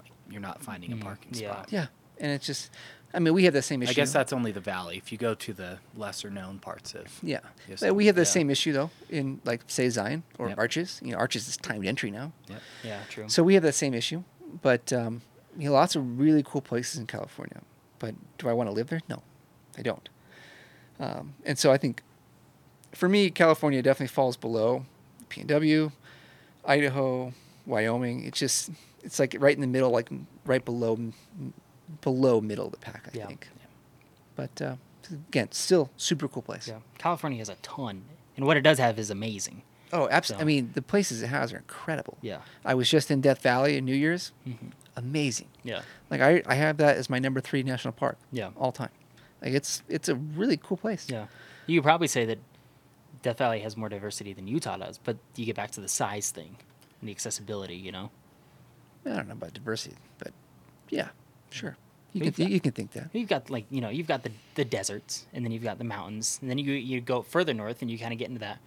like you're not finding a
Mm,
parking
yeah.
spot.
Yeah, and it's just, I mean, we have the same issue.
I guess that's only the valley. If you go to the lesser known parts of
Yeah,
Yes,
But we have the
yeah.
same issue though in like say Zion or
Yep.
Arches. You know, Arches is timed entry now,
Yep.
Yeah. True.
so we have that same issue. But um, you know, lots of really cool places in California. But do I want to live there? No, I don't. Um, and so I think for me, California definitely falls below PNW, Idaho, Wyoming. It's just it's like right in the middle, like right below below middle of the pack. I
Yeah.
think. But uh, again, still super cool place.
Yeah. California has a ton, and what it does have is amazing.
Oh,
So-
absolutely. I mean, the places it has are incredible.
Yeah. Mm-hmm.
I was just in Death Valley in New Year's. Amazing.
Yeah.
Like I, I have that as my number three national park.
Yeah.
All time. Like it's it's a really cool place.
Yeah. You could probably say that Death Valley has more diversity than Utah does, but you get back to the size thing and the accessibility, you know?
I don't know about diversity, but yeah, sure. You can
We've
th-
got-
you can think that.
You've got like, you know, you've got the, the deserts and then you've got the mountains. And then you you go further north and you kind of get into that,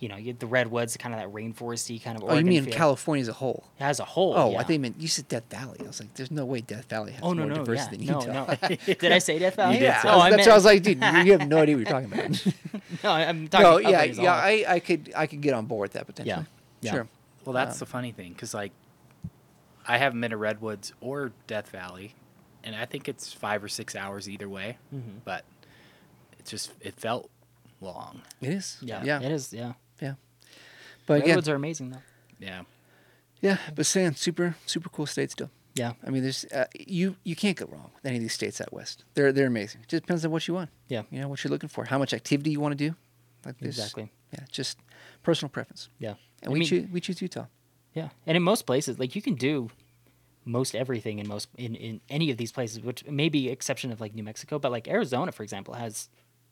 you know, you get the redwoods, kind of that rainforesty kind of
oh, you
Oregon
mean
feel.
California as a whole?
As a whole.
Oh,
yeah.
I think you meant you said Death Valley. I was like, there's no way Death Valley has
Oh, no,
more
no. Yeah.
diversity than
No,
Utah.
no. Did I say Death Valley?
did say
Yeah,
so.
I was-
Oh, I
that's
meant,
what I was like, dude. You have no idea what you're talking about.
No, I- I'm talking
no,
about
yeah,
California as a
yeah.
whole.
I, I could I could get on board with that potentially.
Yeah.
Sure.
Well, that's
Um,
the funny thing because like I haven't been to Redwoods or Death Valley, and I think it's five or six hours either way.
Mhm.
But it just it felt long.
It is.
yeah.
Yeah.
It is, yeah.
Yeah. But again,
redwoods are amazing, though.
Yeah,
yeah. But saying super super cool state still.
Yeah.
I mean, there's uh, you you can't go wrong with any of these states out west. They're they're amazing. It just depends on what you want.
Yeah.
You know what you're looking for, how much activity you want to do. Like this,
Exactly.
Yeah. Just personal preference.
Yeah.
And
I
we
mean-
choose we choose Utah.
Yeah, and in most places, like you can do most everything in most in, in any of these places, which may be exception of like New Mexico, but like Arizona, for example, has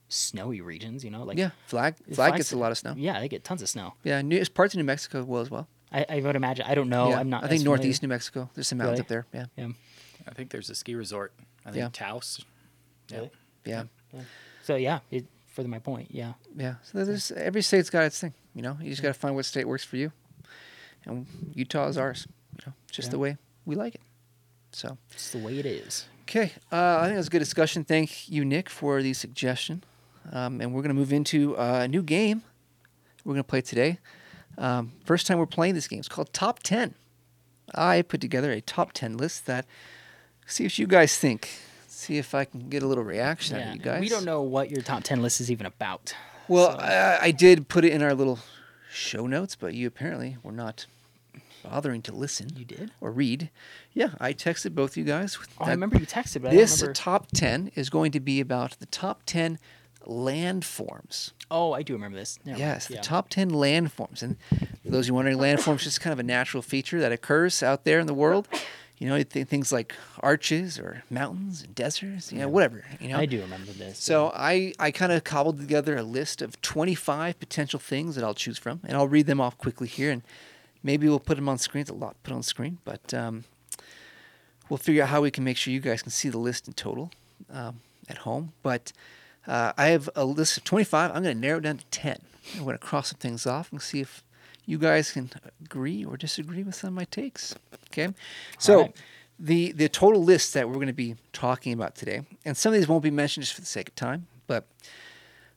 snowy regions. You know, like
yeah. Flag
it's
flag
like-
gets a lot of snow. Yeah.
Yeah, they get tons of snow.
New, it's parts of New Mexico will as well.
I, I would imagine. I don't know.
yeah.
Oh, I'm not.
I think
as familiar.
northeast New Mexico. There's some mountains
Really?
up there. Yeah.
Yeah.
I think there's a ski resort. I think Taos. Yeah.
Really?
Yeah.
So yeah, it, further my point. Yeah.
Yeah. So there's every state's got its thing. You know, you just got to find what state works for you. And Utah is ours. You know, just
Yeah.
the way we like it. So.
It's the way it is.
Okay, uh, I think it was a good discussion. Thank you, Nick, for the suggestion. Um, and we're going to move into uh, a new game we're going to play today. Um, first time we're playing this game. It's called Top 10. I put together a top 10 list that, see what you guys think. See if I can get a little reaction out
Yeah.
of you guys.
We don't know what your top ten list is even about.
Well,
so-
I, I did put it in our little show notes, but you apparently were not bothering to listen.
You did?
Or read. Yeah, I texted both you guys. With
Oh, I
that-
remember you texted, but
this
I don't
top
remember.
10 is going to be about the top 10 landforms.
oh, I do remember this. Never mind.
Yes, the
Yeah.
top 10 landforms. And for those of you wondering, landforms is just kind of a natural feature that occurs out there in the world. You know, you think things like arches or mountains and deserts, you know, whatever. You know,
I do remember this.
So I, I kind of cobbled together a list of 25 potential things that I'll choose from, and I'll read them off quickly here, and maybe we'll put them on screen. It's a lot to put on screen, but um, we'll figure out how we can make sure you guys can see the list in total um, at home. But uh, I have a list of 25. I'm going to narrow it down to 10. I'm going to cross some things off and see if you guys can agree or disagree with some of my takes. Okay. So
right.
the the total list that we're going to be talking about today, and some of these won't be mentioned just for the sake of time, but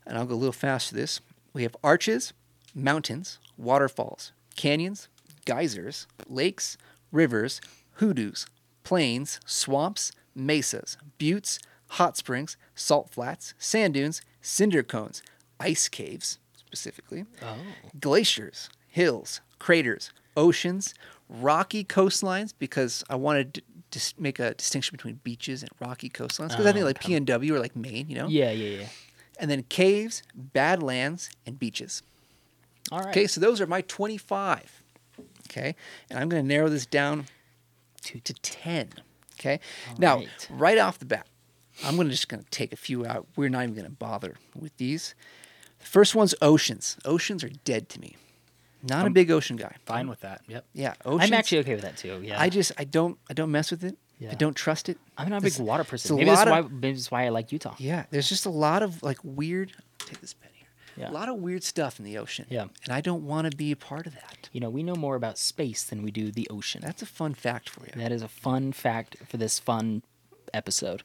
and I'll go a little fast to this. We have arches, mountains, waterfalls, canyons, geysers, lakes, rivers, hoodoos, plains, swamps, mesas, buttes, hot springs, salt flats, sand dunes, cinder cones, ice caves specifically,
Oh.
glaciers, hills, craters, oceans, rocky coastlines, because I wanted to dis- make a distinction between beaches and rocky coastlines, because I think
Oh,
like PNW or like Maine, you know?
Yeah, yeah, yeah.
and then caves, badlands, and beaches.
All right.
Okay, so those are my 25. Okay, and I'm going to narrow this down to, to 10. Okay, now,
right.
right. off the bat, I'm gonna just going to take a few out. We're not even going to bother with these. The first one's oceans. Oceans are dead to me. Not a big ocean guy.
Fine with that. Yep.
Yeah, oceans.
I'm actually okay with that too. Yeah.
I just I don't I don't mess with it.
Yeah.
I don't trust it.
I'm not a
There's-
big water
there's a
person. Maybe that's
lot
why.
of-
Maybe that's why I like Utah.
Yeah, there's just a lot of like weird. Take this pen here.
Yeah.
A lot of weird stuff in the ocean.
Yeah.
And I don't want to be a part of that.
You know, we know more about space than we do the ocean.
That's a fun fact for you.
That is a fun fact for this fun episode.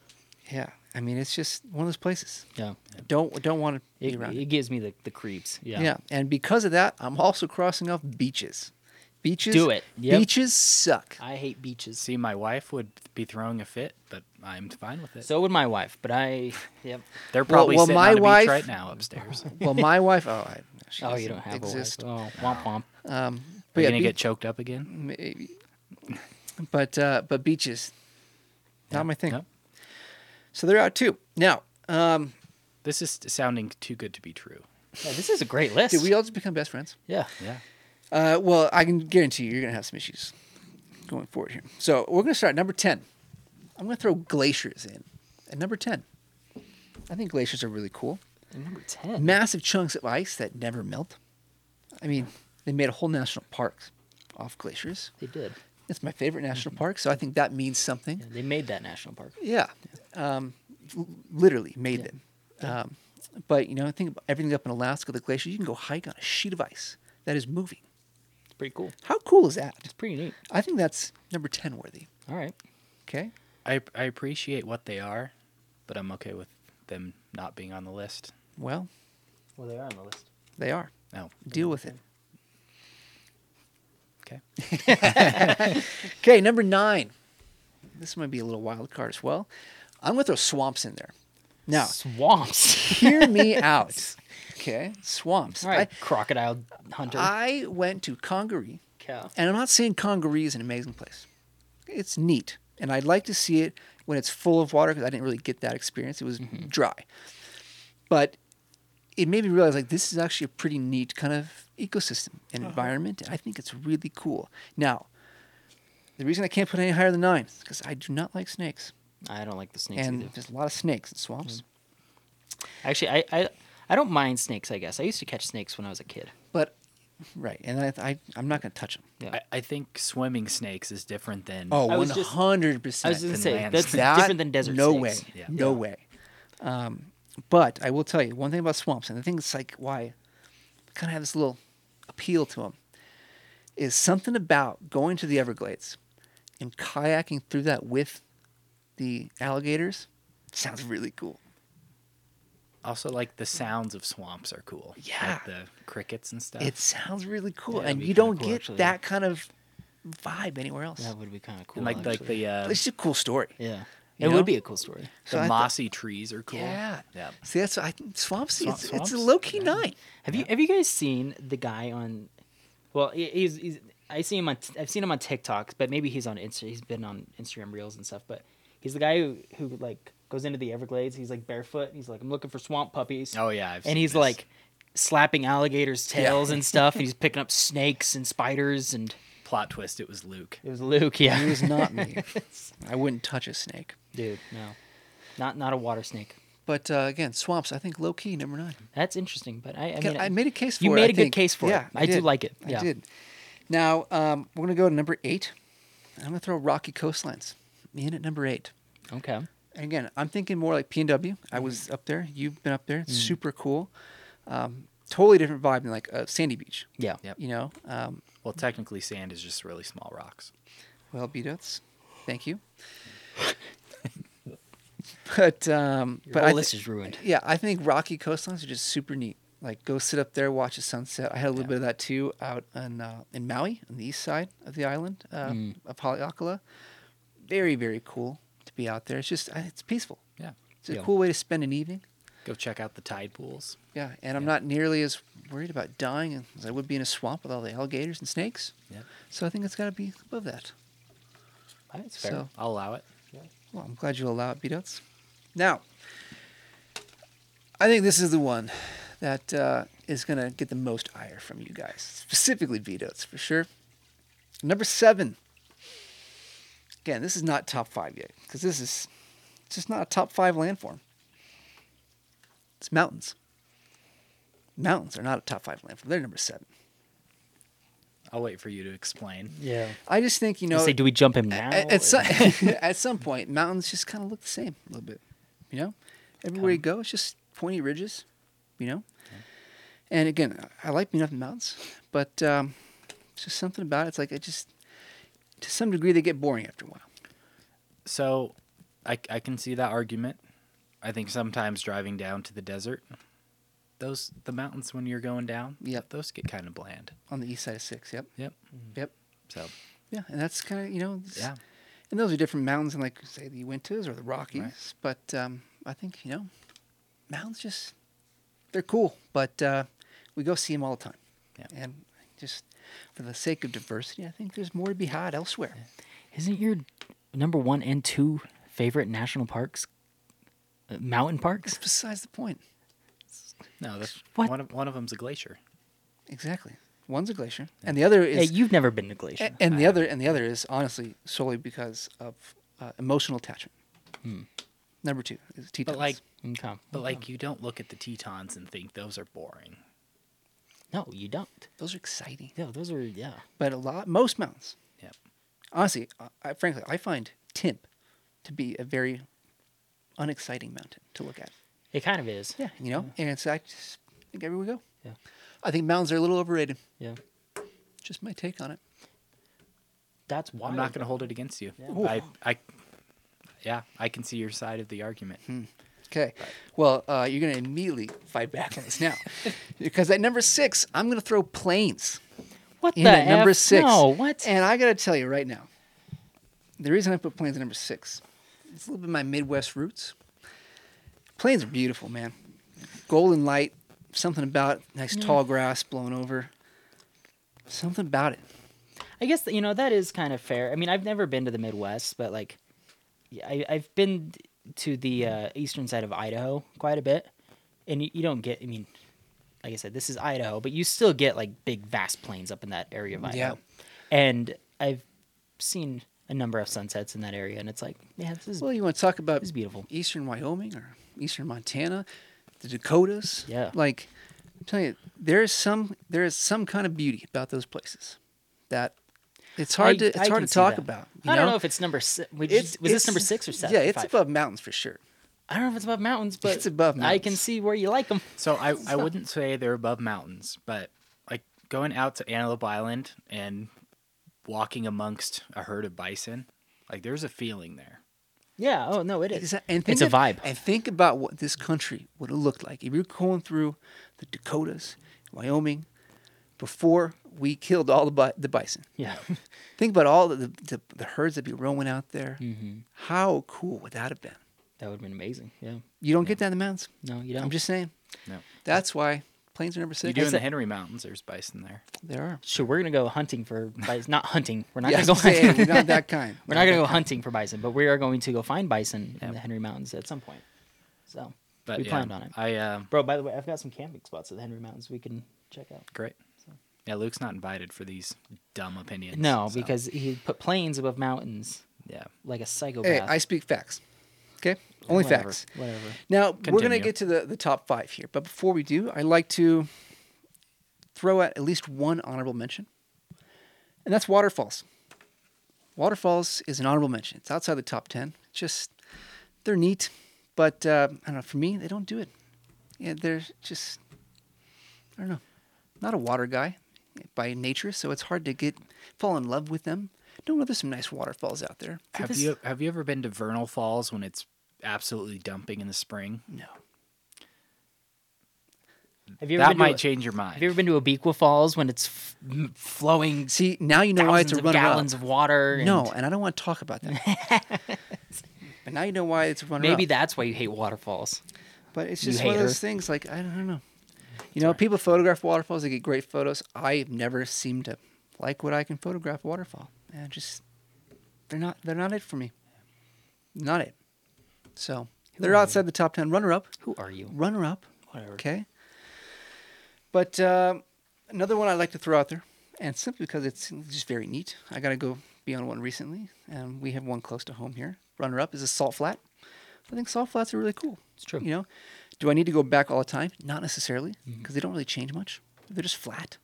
yeah. I mean, it's just one of those places.
Yeah.
Don't don't want to
It,
be around.
it gives me the, the creeps. Yeah.
yeah. And because of that, I'm also crossing off beaches Beaches
Do it. Yep.
Beaches suck.
I hate beaches.
See, my wife would be throwing a fit, but I'm fine with it.
So would my wife, but I. Yep.
Well-
They're probably
well,
sitting
my
on a
wife-
beach right now upstairs.
Well, my wife. Oh, I, she
Oh, you
doesn't
don't have
exist.
a wife. Oh, womp womp.
Um,
Are
but yeah,
you
be-
gonna
Mm.
get choked up again?
maybe. But uh, but beaches, not my thing.
No?
So they're out too. Now, um,
This is sounding too good to be true.
Yeah, this is a great list.
did we all just become best friends?
yeah.
Yeah.
Uh, well, I can guarantee you, you're going to have some issues going forward here. So we're going to start at number 10. I'm going to throw glaciers in at number 10. I think glaciers are really cool.
Number 10.
Massive chunks of ice that never melt. I mean, they made a whole national park off glaciers.
They did.
It's my favorite national
Mm-hmm.
park, so I think that means something.
Yeah, they made that national park.
Yeah. Um, l- literally made
Yeah.
them. Um, but, you know, I think about everything up in Alaska, the glacier, you can go hike on a sheet of ice that is moving.
It's pretty cool.
How cool is that?
It's pretty neat.
I think that's number 10 worthy.
All right.
Okay.
I I appreciate what they are, but I'm okay with them not being on the list.
Well,
Well, they are on the list.
they are.
Oh,
Deal with it.
okay.
Okay, number nine. This might be a little wild card as well. I'm going to throw swamps in there. Now,
Swamps.
hear me out. Okay. Swamps.
All right. Crocodile hunter.
I, I went to Congaree,
Cow.
and I'm not saying Congaree is an amazing place. It's neat, and I'd like to see it when it's full of water because I didn't really get that experience. It was
Mm-hmm.
dry. But it made me realize like this is actually a pretty neat kind of ecosystem and
Uh-huh.
environment. And I think it's really cool. Now, the reason I can't put any higher than nine is because I do not like snakes,
I don't like the snakes
and
either.
there's a lot of snakes in swamps.
Mm-hmm. Actually, I, I I don't mind snakes. I guess I used to catch snakes when I was a kid.
But right, and I, I I'm not going to touch them.
Yeah.
I, I think swimming snakes is different than
Oh,
I
one
was just-
hundred
I
percent.
was gonna say
land
that's
snake.
different than desert.
no
snakes.
way.
Yeah.
No way. Um, but I will tell you one thing about swamps, and I think it's like why kind of have this little appeal to them is something about going to the Everglades and kayaking through that with the alligators sounds really cool.
also like the sounds of swamps are cool.
Yeah.
Like the crickets and stuff.
It sounds really cool,
that'd
and
be
you
kinda
don't
cool,
get
actually.
that kind of vibe anywhere else.
That would be kind of cool.
and like like
actually.
the uh,
it's just a cool story.
yeah,
you
it
know?
would be a cool story.
So I
the
thought-
mossy trees are cool.
Yeah.
Yeah.
See, that's I swamps.
Swamp-
it's, it's a
swamps?
low key nine.
Have you have you guys seen the guy on? Well, he- he's, he's I see him on I've seen him on TikTok, but maybe he's on Insta. He's been on Instagram Reels and stuff. But he's the guy who who like goes into the Everglades. He's like barefoot. and He's like I'm looking for swamp puppies.
Oh yeah. I've seen
and he's
this.
like slapping alligators' tails and stuff. And he's picking up snakes and spiders. And
plot twist. It was Luke.
it was Luke. Yeah,
It was not me. I wouldn't touch a snake.
dude. No, not not a water snake.
But uh, again, swamps. I think low key number nine.
That's interesting, but I, I
Okay,
mean,
I made a case for
you
it.
made
a
a good case for it.
yeah,
I do
did.
like it.
I
Yeah.
did. Now um, we're gonna go to number eight. I'm gonna throw rocky coastlines in at number eight.
Okay,
And again, I'm thinking more like PNW. I
Mm.
was up there. You've been up there. It's super cool. Um, totally different vibe than like uh, Sandy Beach.
yeah,
Yep.
You know, um,
Well, technically, sand is just really small rocks.
well, Beatles, thank you. but um,
Your
but
whole
I
list
thi-
is ruined.
Yeah, I think rocky coastlines are just super neat. Like go sit up there, watch a sunset. I had a little bit of that too out in uh, in Maui on the east side of the island uh, of Haleakala. Very very cool to be out there. It's just I- it's peaceful.
Yeah.
It's a
Yeah.
cool way to spend an evening.
Go check out the tide pools.
Yeah, and I'm not nearly as worried about dying as I would be in a swamp with all the alligators and snakes.
Yeah.
So I think it's got to be above that.
That's fair.
So
I'll allow it.
Well, I'm glad you allow it, Beatouts. Now, I think this is the one that uh, is going to get the most ire from you guys, specifically Beatouts for sure. Number seven. Again, this is not top five yet because this is it's just not a top five landform. It's mountains. Mountains are not a top five landform. They're number seven.
I'll wait for you to explain.
yeah.
I just think you know. uh,
No, say, do we jump him now?
at,
or-
at, some, at some point, mountains just kind of look the same a little bit. You know, everywhere you go, it's just pointy ridges. You know, and again, I- I like being up in mountains, but um, it's just something about it. It's like it just, to some degree, they get boring after a while.
So, I, I can see that argument. I think sometimes driving down to the desert, those the mountains when you're going down.
Yep.
Those get kind of bland.
on the east side of six. Yep.
Yep.
Yep.
So
Yeah, and that's kind of you know. it's-
yeah,
And those are different mountains, than like say the Uintas or the Rockies. But um, I think you know, mountains just they're cool, but uh, we go see them all the time.
Yeah.
And just for the sake of diversity, I think there's more to be had elsewhere.
Isn't your number one and two favorite national parks uh, mountain parks?
That's besides the point.
no, that's
What?
one of one of them's a glacier.
Exactly. One's a glacier, and the other is Eh,
Hey, you've never been to
A-
Glacier.
and the other and the other is honestly solely because of uh, emotional attachment.
Hmm.
Number two is Tetons.
But like,
eh,
Okay.
but like, you don't look at the Tetons and think those are boring.
no, you don't.
those are exciting.
No, those are yeah.
But a lot, most mountains,
Yep.
honestly, I, I, frankly, I find Timp to be a very unexciting mountain to look at.
It kind of is.
Yeah, you know, and it's I just think everywhere we go.
Yeah.
I think mountains are a little overrated.
Yeah.
Just my take on it.
That's why
I'm not going to hold it against you.
Ooh.
I, I, yeah, I can see your side of the argument.
Okay. Well, uh, you're going to immediately fight back on this now. because at number six, I'm going to throw planes.
What the
in at number
F?
six.
No, what?
And I got to tell you right now, the reason I put planes at number six, it's a little bit my Midwest roots. Planes are beautiful, man. Golden light, something about it, nice tall grass blowing over, something about it.
I guess you know that is kind of fair. I mean, I've never been to the Midwest, but like, yeah, I, I've been to the uh, eastern side of Idaho quite a bit, and you, you don't get. I mean, like I said, this is Idaho, but you still get like big, vast plains up in that area of Idaho.
Yeah.
And I've seen a number of sunsets in that area, and it's like, yeah, this is
Well, you want to talk about
It's beautiful.
Eastern Wyoming or Eastern Montana, the Dakotas.
Yeah.
Like I'm telling you, there is some there is some kind of beauty about those places that it's hard
I-
to it's
I
hard
can
to
see
talk
that.
about. you
I don't know if it's number six. Was,
It's-
was
it's-
this number six or seven?
Yeah, it's
Five.
above mountains for sure.
I don't know if it's above mountains, but
It's above
I can
mountains.
see where you like them.
So I, I wouldn't say they're above mountains, but like going out to Antelope Island and walking amongst a herd of bison, like there's a feeling there.
Yeah. Oh no, it is.
Exa- And
it's
think
a
of-
vibe.
And think about what this country would have looked like if you're going through the Dakotas, Wyoming, before we killed all the bi- the bison.
yeah.
Think about all the, the, the herds that be roaming out there.
Mm-hmm.
How cool would that have been?
That would have been amazing. Yeah.
You don't get that in the mountains.
No, you don't.
I'm just saying.
No.
That's why planes are number
You
six.
do in the
a-
Henry Mountains, there's bison there.
There are.
sure. We're gonna go hunting for bison. Not hunting. We're not
Yeah, I was
gonna go.
gonna say,
hunting.
we're not that kind.
we're not gonna go hunting for bison, but we are going to go find bison in the Henry Mountains at some point. So
But
we
yeah,
planned on it,
I uh,
bro. By the way, I've got some camping spots at the Henry Mountains we can check out.
great. Yeah, Luke's not invited for these dumb opinions.
No,
so,
because he put plains above mountains
yeah,
like a psychopath.
Hey, I speak facts. Okay? Only
Whatever,
facts.
Whatever.
Now we're going to
Continue.
get to the, the top five here, but before we do, I'd like to throw out at least one honorable mention, and that's waterfalls. Waterfalls is an honorable mention. It's outside the top ten. Just they're neat, but uh, I don't know. For me, they don't do it. Yeah, they're just I don't know. Not a water guy by nature, so it's hard to get fall in love with them. Don't know. There's some nice waterfalls out there.
have
this-
you have you ever been to Vernal Falls when it's absolutely dumping in the spring?
No.
Have you ever
That
been to
might
a-
change your mind.
Have you ever been to Obequa Falls when it's f- m- flowing
See, now you know why it's
thousands
a
of
runner
gallons of water? And
No, and I don't want to talk about that. but now you know why it's running.
Maybe that's why you hate waterfalls.
But it's
you
just one of
hate her.
those things. Like I don't know. You know, people photograph waterfalls. They get great photos. I never seem to like what I can photograph a waterfall. And I just they're not they're not it for me. Not it. So they're outside the top ten. Runner up.
Who are you?
Runner up.
Whatever.
Okay. But um another one I like to throw out there, and simply because it's just very neat. I got to go be on one recently, and we have one close to home here. Runner up is a salt flat. I think salt flats are really cool.
It's true.
You know, do I need to go back all the time? Not necessarily, because they don't really change much. They're just flat.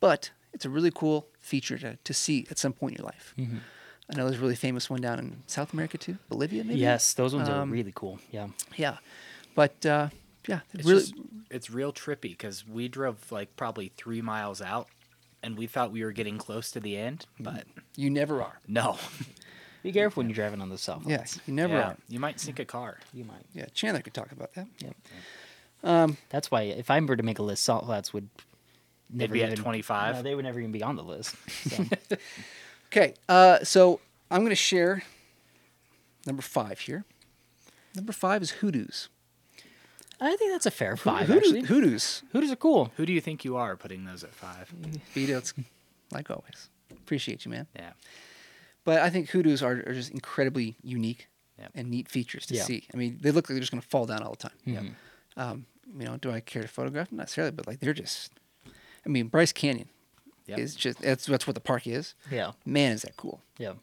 But it's a really cool feature to, to see at some point in your life. I know there's a really famous one down in South America too, Bolivia maybe.
Yes, those ones
Um,
are really cool. Yeah.
Yeah, but uh, yeah,
It's
really
just it's real trippy because we drove like probably three miles out, and we thought we were getting close to the end, but
you never are.
no.
Be careful when you're driving on the south.
Yes, you never
Yeah,
are.
You might sink a car.
You might.
Yeah, Chandler could talk about that.
Yep. That's why if I were to make a list, salt flats would never
be at
even-
25.
No, they would never even be on the list. So,
Okay, uh, so I'm going to share number five here. Number five is hoodoos.
I think that's a fair five.
Hoodoo-
actually,
Hoodoos.
hoodoos are cool.
Who do you think you are putting those at five?
Mm.
Vito, it's like always. Appreciate you, man.
Yeah.
But I think hoodoos are, are just incredibly unique
Yep.
and neat features to
Yeah.
see. I mean, they look like they're just going to fall down all the time. Um, you know, do I care to photograph them? Not necessarily, but like they're just. I mean, Bryce Canyon
Yep.
is just that's that's what the park is.
Yeah,
Man, is that cool?
yeah.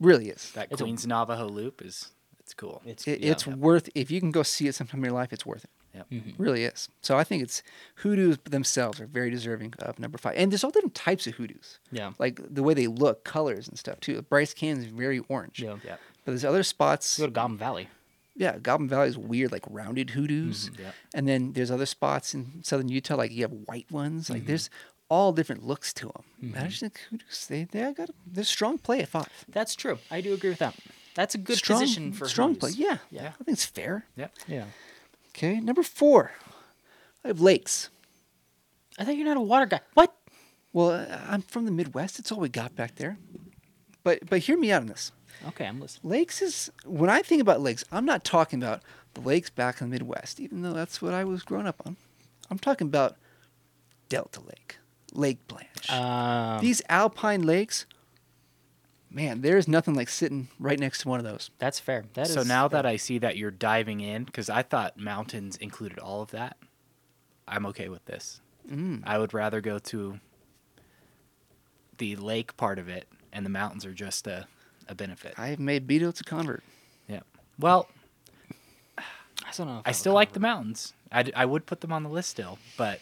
Really is.
That
It's a-
Queens Navajo Loop is it's cool.
It's
It,
yeah.
It's worth if you can go see it sometime in your life. It's worth it.
Yep.
Really is. So I think it's hoodoos themselves are very deserving of number five. And there's all different types of hoodoos.
Yeah.
Like the way they look, colors and stuff too. Bryce Canyon's very orange.
yeah.
Yep.
But there's other spots.
Go to Goblin Valley.
Yeah, Goblin Valley is weird, like rounded hoodoos.
Mm-hmm,
Mhm. Yep.
And then there's other spots in southern Utah, like you have white ones. Like there's
Mm-hmm.
all different looks to them. And I just think hoodoos, they they got they're strong play at five.
That's true. I do agree with that. That's a good
strong,
position for
strong
hoodoos.
play. Yeah,
Yeah.
I think it's fair.
Yep.
Yeah.
Okay, number four, I have lakes.
I thought you're not a water guy. What?
Well, I- I'm from the Midwest. It's all we got back there. But but hear me out on this.
Okay, I'm listening.
Lakes is when I think about lakes, I'm not talking about the lakes back in the Midwest, even though that's what I was growing up on. I'm talking about Delta Lake, Lake Blanche.
Um,
These alpine lakes, man, there's nothing like sitting right next to one of those.
that's fair. That is
so now that I see that you're diving in, because I thought mountains included all of that, I'm okay with this.
Mm.
I would rather go to the lake part of it, and the mountains are just a, a benefit.
I've made Beto to convert.
yeah. Well,
I still, don't know if
I
would
still like the
cover
mountains. I, d- I would put them on the list still, but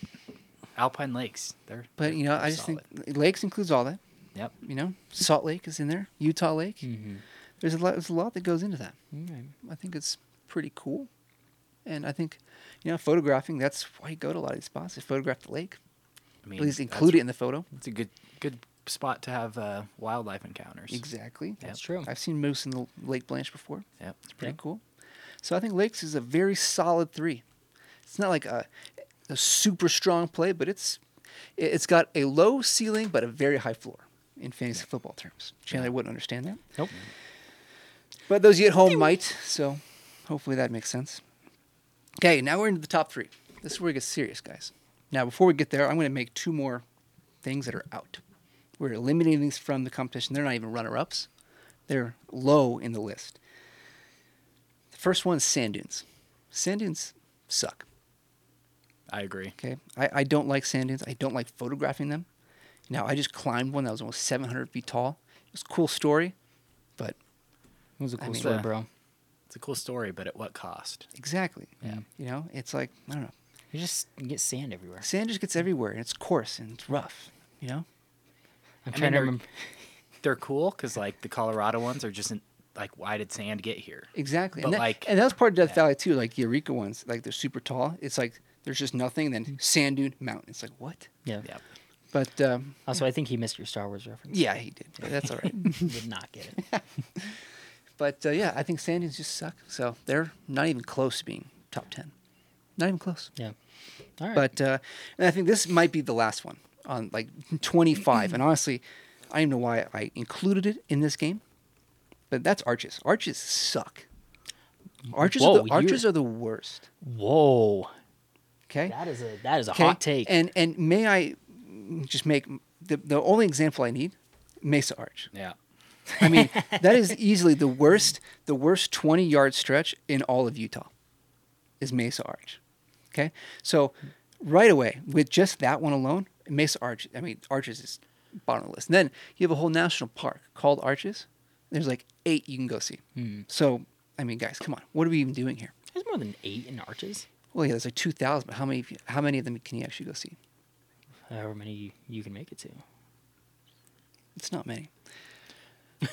alpine lakes, they're.
But you know, I just think lakes includes all that.
think. Yep.
You know, Salt Lake is in there, Utah Lake.
Hmm.
There's a lot. There's a lot that goes into that.
it. Alright.
I think it's pretty cool. And I think, you know, photographing, that's why you go to a lot of these spots to photograph the lake.
I mean,
At least include it in the photo.
It's a good good spot to have uh, wildlife encounters.
Exactly.
That's true.
I've seen moose in the Lake Blanche before.
Yep.
It's pretty
Yeah.
cool. So I think lakes is a very solid three. It's not like a, a super strong play, but it's it- it's got a low ceiling but a very high floor in fantasy football terms. Chandler wouldn't understand that,
Nope.
but those of you at home might. So hopefully that makes sense. Okay, now we're into the top three. This is where it gets serious, guys. Now before we get there, I'm going to make two more things that are out. We're eliminating these from the competition. They're not even runner-ups. They're low in the list. The first one's sand dunes. Sand dunes suck.
I agree.
Okay, I, I don't like sand dunes. I don't like photographing them. Now I just climbed one that was almost 700 feet tall. It was a cool story, but
It was a cool
mean,
story,
uh,
bro.
It's a cool story, but at what cost?
exactly.
Yeah.
You know, it's like I don't know.
You just get sand everywhere.
Sand just gets everywhere, and it's coarse and it's rough. You know,
I'm
I
trying to
mean,
remember.
They're cool because like the Colorado ones are just in, like why did sand get here?
exactly.
But
and that,
like-
and that's part of Death Valley too. Like the Eureka ones, like they're super tall. It's like there's just nothing, and
Mm-hmm.
then sand dune mountain. It's like what?
Yeah.
Yep.
But um,
Also, I think he missed your Star Wars reference.
yeah, he did. But that's all right.
He did not get it.
But uh, yeah, I think sand dunes just suck. So they're not even close to being top 10. Not even close.
Yeah. All right.
But uh, and I think this might be the last one on like 25. and honestly, I don't know why I included it in this game, but that's arches. Arches suck. Arches,
Whoa,
are, the,
you're-
arches are the worst.
whoa,
Okay.
that is a that is a
'Kay?
hot take.
And and may I just make the, the only example I need Mesa Arch.
Yeah.
I mean, that is easily the worst, the worst 20 yard stretch in all of Utah is Mesa Arch. Okay. So right away with just that one alone, Mesa Arch, I mean, Arches is bottomless. And then you have a whole national park called Arches. There's like eight you can go see. So, I mean, guys, come on. What are we even doing here?
There's more than eight in arches.
Well, yeah, there's like 2,000, but how many, how many of them can you actually go see?
However many you, you can make it to.
It's not many.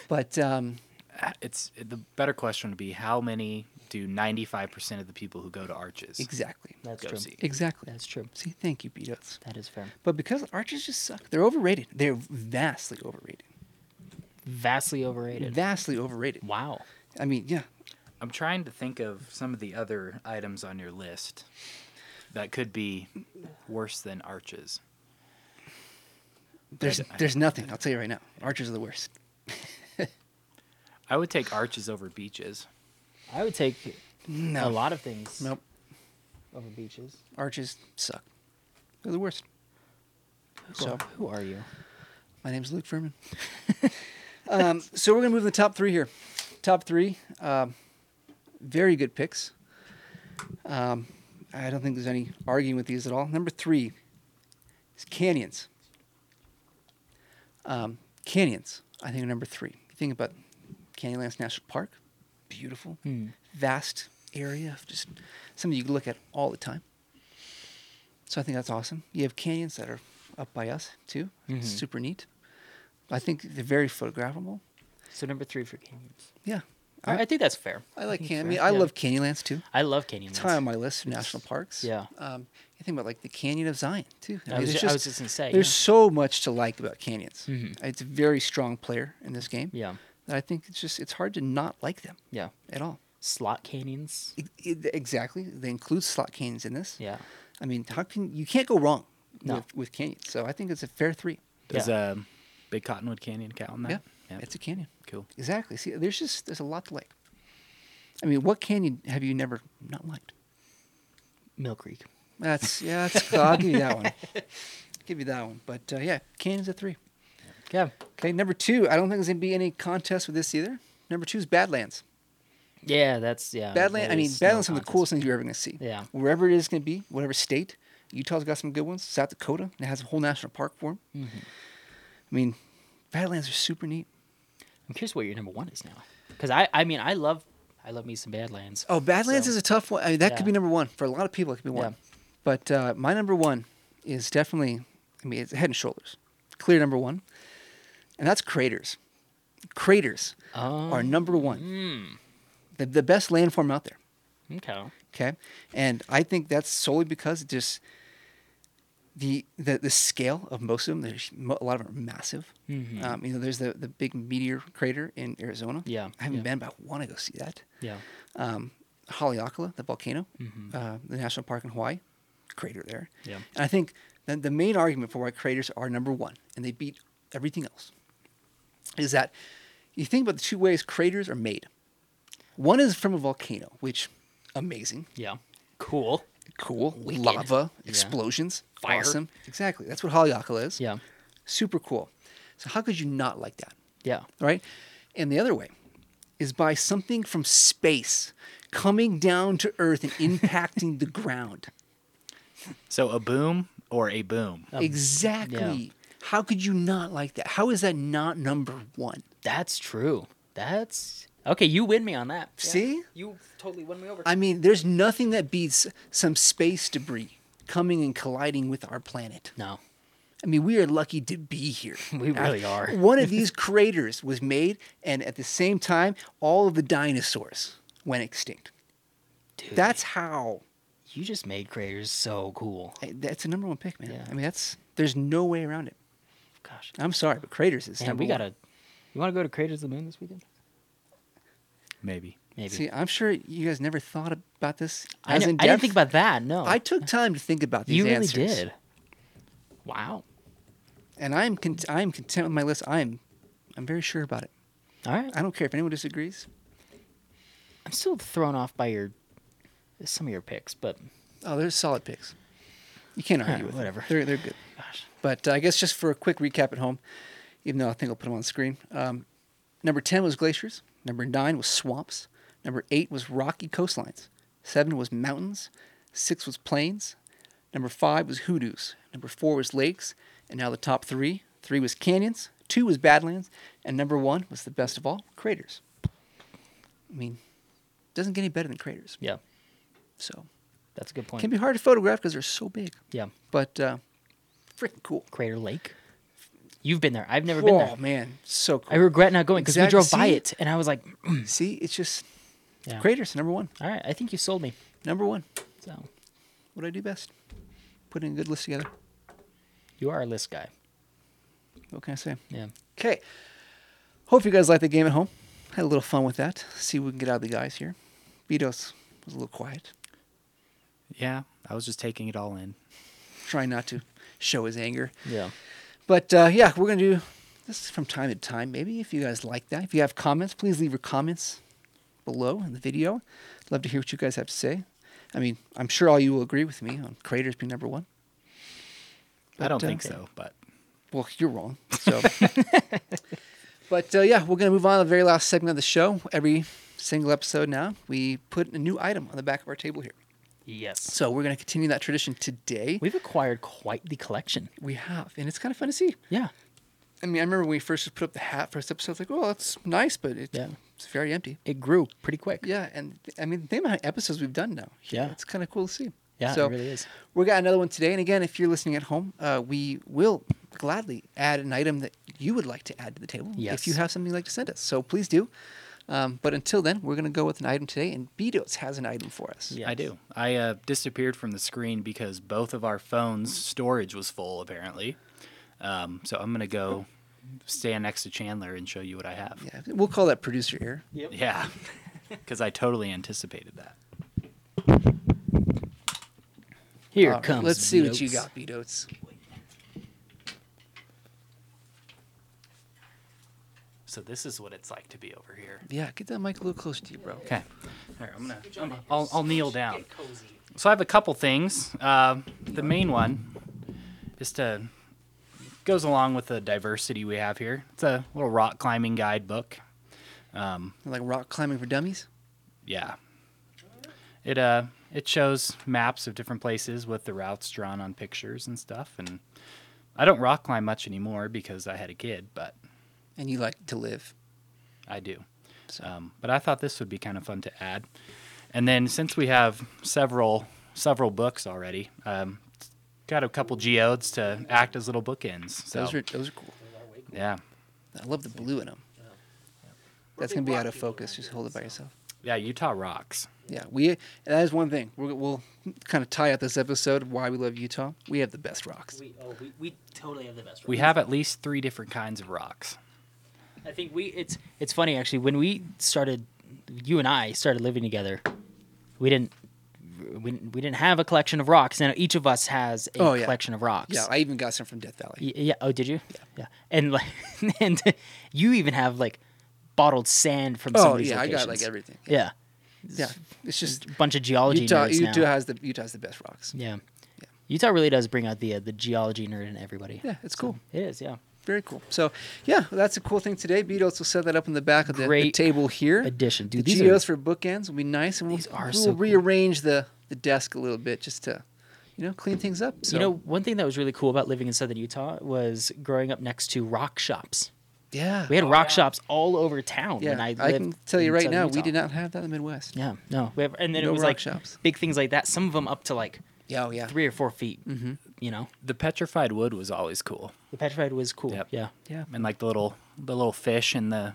But, um,
Uh, It's the better question would be how many do 95% of the people who go to arches
exactly.
That's
go
true.
see?
Exactly.
That's true.
See, thank you, Beatles.
That is fair.
But because arches just suck, they're overrated. They're vastly overrated.
Vastly overrated.
Vastly overrated.
wow.
I mean, yeah.
I'm trying to think of some of the other items on your list. that could be worse than arches.
There's there's nothing. I'll tell you right now. Archers are the worst.
I would take arches over beaches.
I would take
No.
a lot of things
Nope.
over beaches.
Arches suck. They're the worst. So
who are you?
my name's Luke Furman. um, so we're gonna move to the top three here. Top three. Um, very good picks. Um, I don't think there's any arguing with these at all. Number three is canyons. Um, canyons, I think, are number three. You think about Canyonlands National Park, beautiful,
Hmm.
vast area, of just something you can look at all the time. So I think that's awesome. You have canyons that are up by us too,
Mhm.
super neat. I think they're very photographable.
So number three for canyons.
Yeah,
I, I think that's fair.
I like
think
canyon. I
fair,
mean, I
yeah.
love Canyonlands too.
I love canyons.
It's high on my list of national parks.
yeah.
Um, you think about like the Canyon of Zion too.
I, was
there's
just, I was just gonna say.
there's so much to like about canyons.
Mhm.
It's a very strong player in this game.
yeah. yeah,
That I think it's just it's hard to not like them
yeah,
at all.
slot canyons.
E- e- exactly. They include slot canyons in this.
Yeah,
I mean, how can you can't go wrong
No.
with, with canyons? So I think it's a fair three.
Does um, Big Cottonwood Canyon count on that?
Yeah. It's a canyon.
cool.
Exactly. See, there's just there's a lot to like. I mean, what canyon have you never not liked?
Mill Creek.
That's yeah. That's, I'll give you that one. Give you that one. But uh, yeah, canyons a three.
Yeah,
Okay, number two. I don't think there's gonna be any contest with this either. Number two is Badlands.
yeah, that's yeah.
Badlands. I mean,
there's Uh, no
Badlands are the
contest.
coolest things you're ever gonna see.
Yeah.
Wherever it is gonna be, whatever state. Utah's got some good ones. South Dakota and it has a whole national park for them.
Mm-hmm.
I mean, Badlands are super neat.
I'm curious what your number one is now, because I, I mean, I love, I love me some Badlands.
Oh, Badlands
So-
is a tough one. I mean, that
Yeah.
could be number one for a lot of people. It could be one, but uh, my number one is definitely. I mean, it's head and shoulders, clear number one, and that's craters. Craters
Oh,
are number one, the, the best landform out there.
hmm, okay.
Okay, and I think that's solely because it just the the the scale of most of them. There's mo- a lot of them are massive.
Mhm.
Um, you know, there's the the big meteor crater in Arizona.
Yeah,
I haven't
yeah.
been, but I want to go see that
Yeah,
um, Haleakala, the volcano, uh, the national park in Hawaii, crater there.
Mm-hmm. Yeah.
And I think the, the main argument for why craters are number one, and they beat everything else, is that you think about the two ways craters are made. One is from a volcano, which amazing,
yeah, cool.
cool, lava,
Yeah.
explosions,
Fire.
awesome. Exactly. That's what Haleakala is.
Yeah,
Super cool. So how could you not like that?
yeah,
right? And the other way is by something from space coming down to Earth and impacting the ground.
So a boom or a boom.
Uh,
Um,
exactly. How could you not like that? How is that not number one?
that's true. That's okay. You win me on that. Yeah.
See?
you totally won me over.
I mean, there's nothing that beats some space debris coming and colliding with our planet.
no,
I mean, we are lucky to be here. Uh,
We really are.
One of these craters was made, and at the same time, all of the dinosaurs went extinct.
dude,
That's how
you just made craters so cool.
Hey, That's a number one pick, man.
Yeah.
I mean, that's there's no way around it.
Gosh,
I'm sorry, but Craters is
and
number
we
one.
gotta. You want to go to Craters of the Moon this weekend?
Maybe.
Maybe.
See, I'm sure you guys never thought about this
I,
as
kn-
in
I didn't
depth.
think about that. No,
I took time to think about these
you really
answers.
did. Wow.
And I'm con- I'm content with my list. I'm I'm very sure about it.
All right.
I don't care if anyone disagrees.
I'm still thrown off by your some of your picks, but
Oh, they're solid picks. You can't argue
Yeah,
with
whatever.
Them. They're they're good.
gosh,
But uh, I guess just for a quick recap at home, even though I think I'll put them on the screen. Um, number 10 was glaciers. Number 9 was swamps. Number 8 was rocky coastlines. 7 was mountains. 6 was plains. Number 5 was hoodoos. Number 4 was lakes. And now the top 3 3 was canyons. 2 was badlands. And number 1 was the best of all craters. I mean, doesn't get any better than craters.
yeah,
So,
that's a good point.
can be hard to photograph because they're so big.
yeah,
But, uh, freaking cool.
Crater Lake. You've been there. I've never
oh,
been there.
man, so cool.
I regret not going because
Exact-
we drove by
see?
it, and I was like,
See, it's just
yeah.
craters number one.
All right, I think you sold me.
Number one.
So
What I do best. Putting a good list together.
you are a list guy.
What can I say?
Yeah.
Okay. Hope you guys liked the game at home. Had a little fun with that. See what we can get out of the guys here. Vito's was a little quiet.
Yeah, I was just taking it all in.
Trying not to show his anger.
Yeah.
But uh, yeah, we're going to do this from time to time, maybe, if you guys like that. If you have comments, please leave your comments below in the video. Love to hear what you guys have to say. I mean, I'm sure all you will agree with me on creators being number one.
I don't
uh,
think so, but
Well, you're wrong. So, but uh, yeah, we're gonna move on to the very last segment of the show. Every single episode now, we put a new item on the back of our table here.
Yes.
So we're gonna continue that tradition today.
We've acquired quite the collection.
We have, and it's kind of fun to see.
Yeah.
I mean, I remember when we first put up the hat first episode, it's like, oh, that's nice, but it,
Yeah.
it's very empty.
It grew pretty quick.
Yeah, and I mean, the amount of episodes we've done now.
Yeah.
It's kind of cool to see.
Yeah,
so
it really is.
We got another one today. And again, if you're listening at home, uh, we will gladly add an item that you would like to add to the table if
Yes.
you have something you'd like to send us. So please do. Um, but until then, we're going to go with an item today. And B Dotes has an item for us.
Yeah.
I
Yes.
do. I uh, disappeared from the screen because both of our phones' storage was full, apparently. Um, so I'm gonna go stand next to Chandler and show you what I have.
Yeah, We'll call that producer error.
Yeah, because I totally anticipated that.
Here
All right,
comes.
Um, Let's see what you
Notes.
got, B Dotes.
So this is what it's like to be over here.
Yeah, get that mic a little closer to you, bro.
Okay. All right, I'm gonna. I'm, I'll, I'll kneel down. So I have a couple things. Uh, the main one is to goes along with the diversity we have here. It's a little rock climbing guidebook.
Like rock climbing for dummies.
Yeah. It uh it shows maps of different places with the routes drawn on pictures and stuff and I don't rock climb much anymore because I had a kid, but
And you like to live.
I do.
So-
Um, but I thought this would be kind of fun to add. And then since we have several several books already, um, got a couple geodes to act as little bookends. So
Those are those are cool.
yeah,
I love the blue in them. That's gonna be out of focus. Just hold it by yourself.
yeah, Utah rocks.
Yeah, we and that is one thing. We're, we'll kind of tie up this episode of why we love Utah. We have the best rocks.
We, oh, we, we totally have the best.
We have at least three different kinds of rocks.
I think we it's it's funny actually when we started you and I started living together we didn't we, didn't- we didn't have a collection of rocks now each of us has a
Oh, yeah.
collection of rocks
Yeah, I even got some from Death Valley.
Y- yeah oh did you yeah, and like and you even have like bottled sand from some
Oh
of these
yeah, I got like
locations.
everything.
yeah
Yeah, it's just
bunch of geology
Utah.
nerds
Utah
now.
has the Utah's the best rocks.
yeah. Utah really does bring out the uh, the geology nerd in everybody
Yeah, it's cool.
it is yeah
Very cool. So yeah, that's a cool thing today. Beatles will set that up in the back of the, the
Great
table here.
addition. Dude,
the
these are-
geos for bookends will be nice, and we'll,
These are
we'll
so cool.
rearrange the the desk a little bit just to, you know, clean things up. So
you know one thing that was really cool about living in southern Utah was growing up next to rock shops
Oh, yeah,
We had rock shops all over town.
yeah.
when I,
I,
lived
can tell
in
you right
southern
now, we
Utah.
did not have that in the Midwest.
Yeah, no. We have, and then
No
it was
rock
like
shops.
big things like that. Some of them up to like
Yeah, oh, yeah.
three or four feet.
Mm-hmm.
You know,
The petrified wood was always cool.
the petrified was cool.
Yep.
Yeah,
Yeah.
and like the little the little fish and the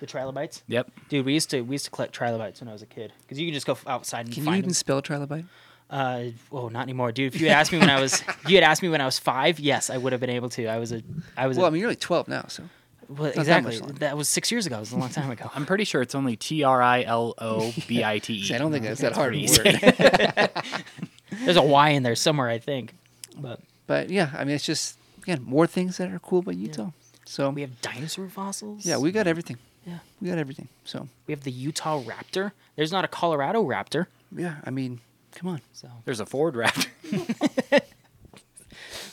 the trilobites.
yep
Dude, we used to we used to collect trilobites when I was a kid because you could just go f- outside and
Can you
find
even
them.
spell trilobite?
Uh, well, not anymore, dude. If you had asked me when I was, if you had asked me when I was five, yes, I would have been able to. I was a, I was
Well,
a,
I mean, you're only 12 now, so
well,
that
exactly.
much longer.
That was six years ago. It was a long time ago.
i'm pretty sure it's only t-r-i-l-o-b-i-t-e
See, I don't think that's that hard
E. pretty
of a word.
There's a Y in there somewhere, I think. But
but yeah, I mean, it's just again more things that are cool about Utah. So
we have dinosaur fossils.
yeah, we got everything.
yeah.
We got everything. So
We have the Utah Raptor. There's not a Colorado Raptor.
yeah, I mean, come on.
So
there's a ford raptor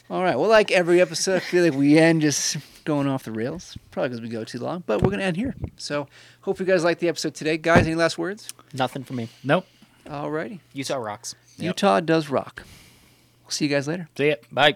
All right. Well, like every episode, I feel like we end just going off the rails. Probably because we go too long, but we're gonna end here. So hope you guys liked the episode today, guys. Any last words?
nothing for me.
nope
All righty.
Utah rocks.
Yep.
Utah does rock. We'll see you guys later.
see it bye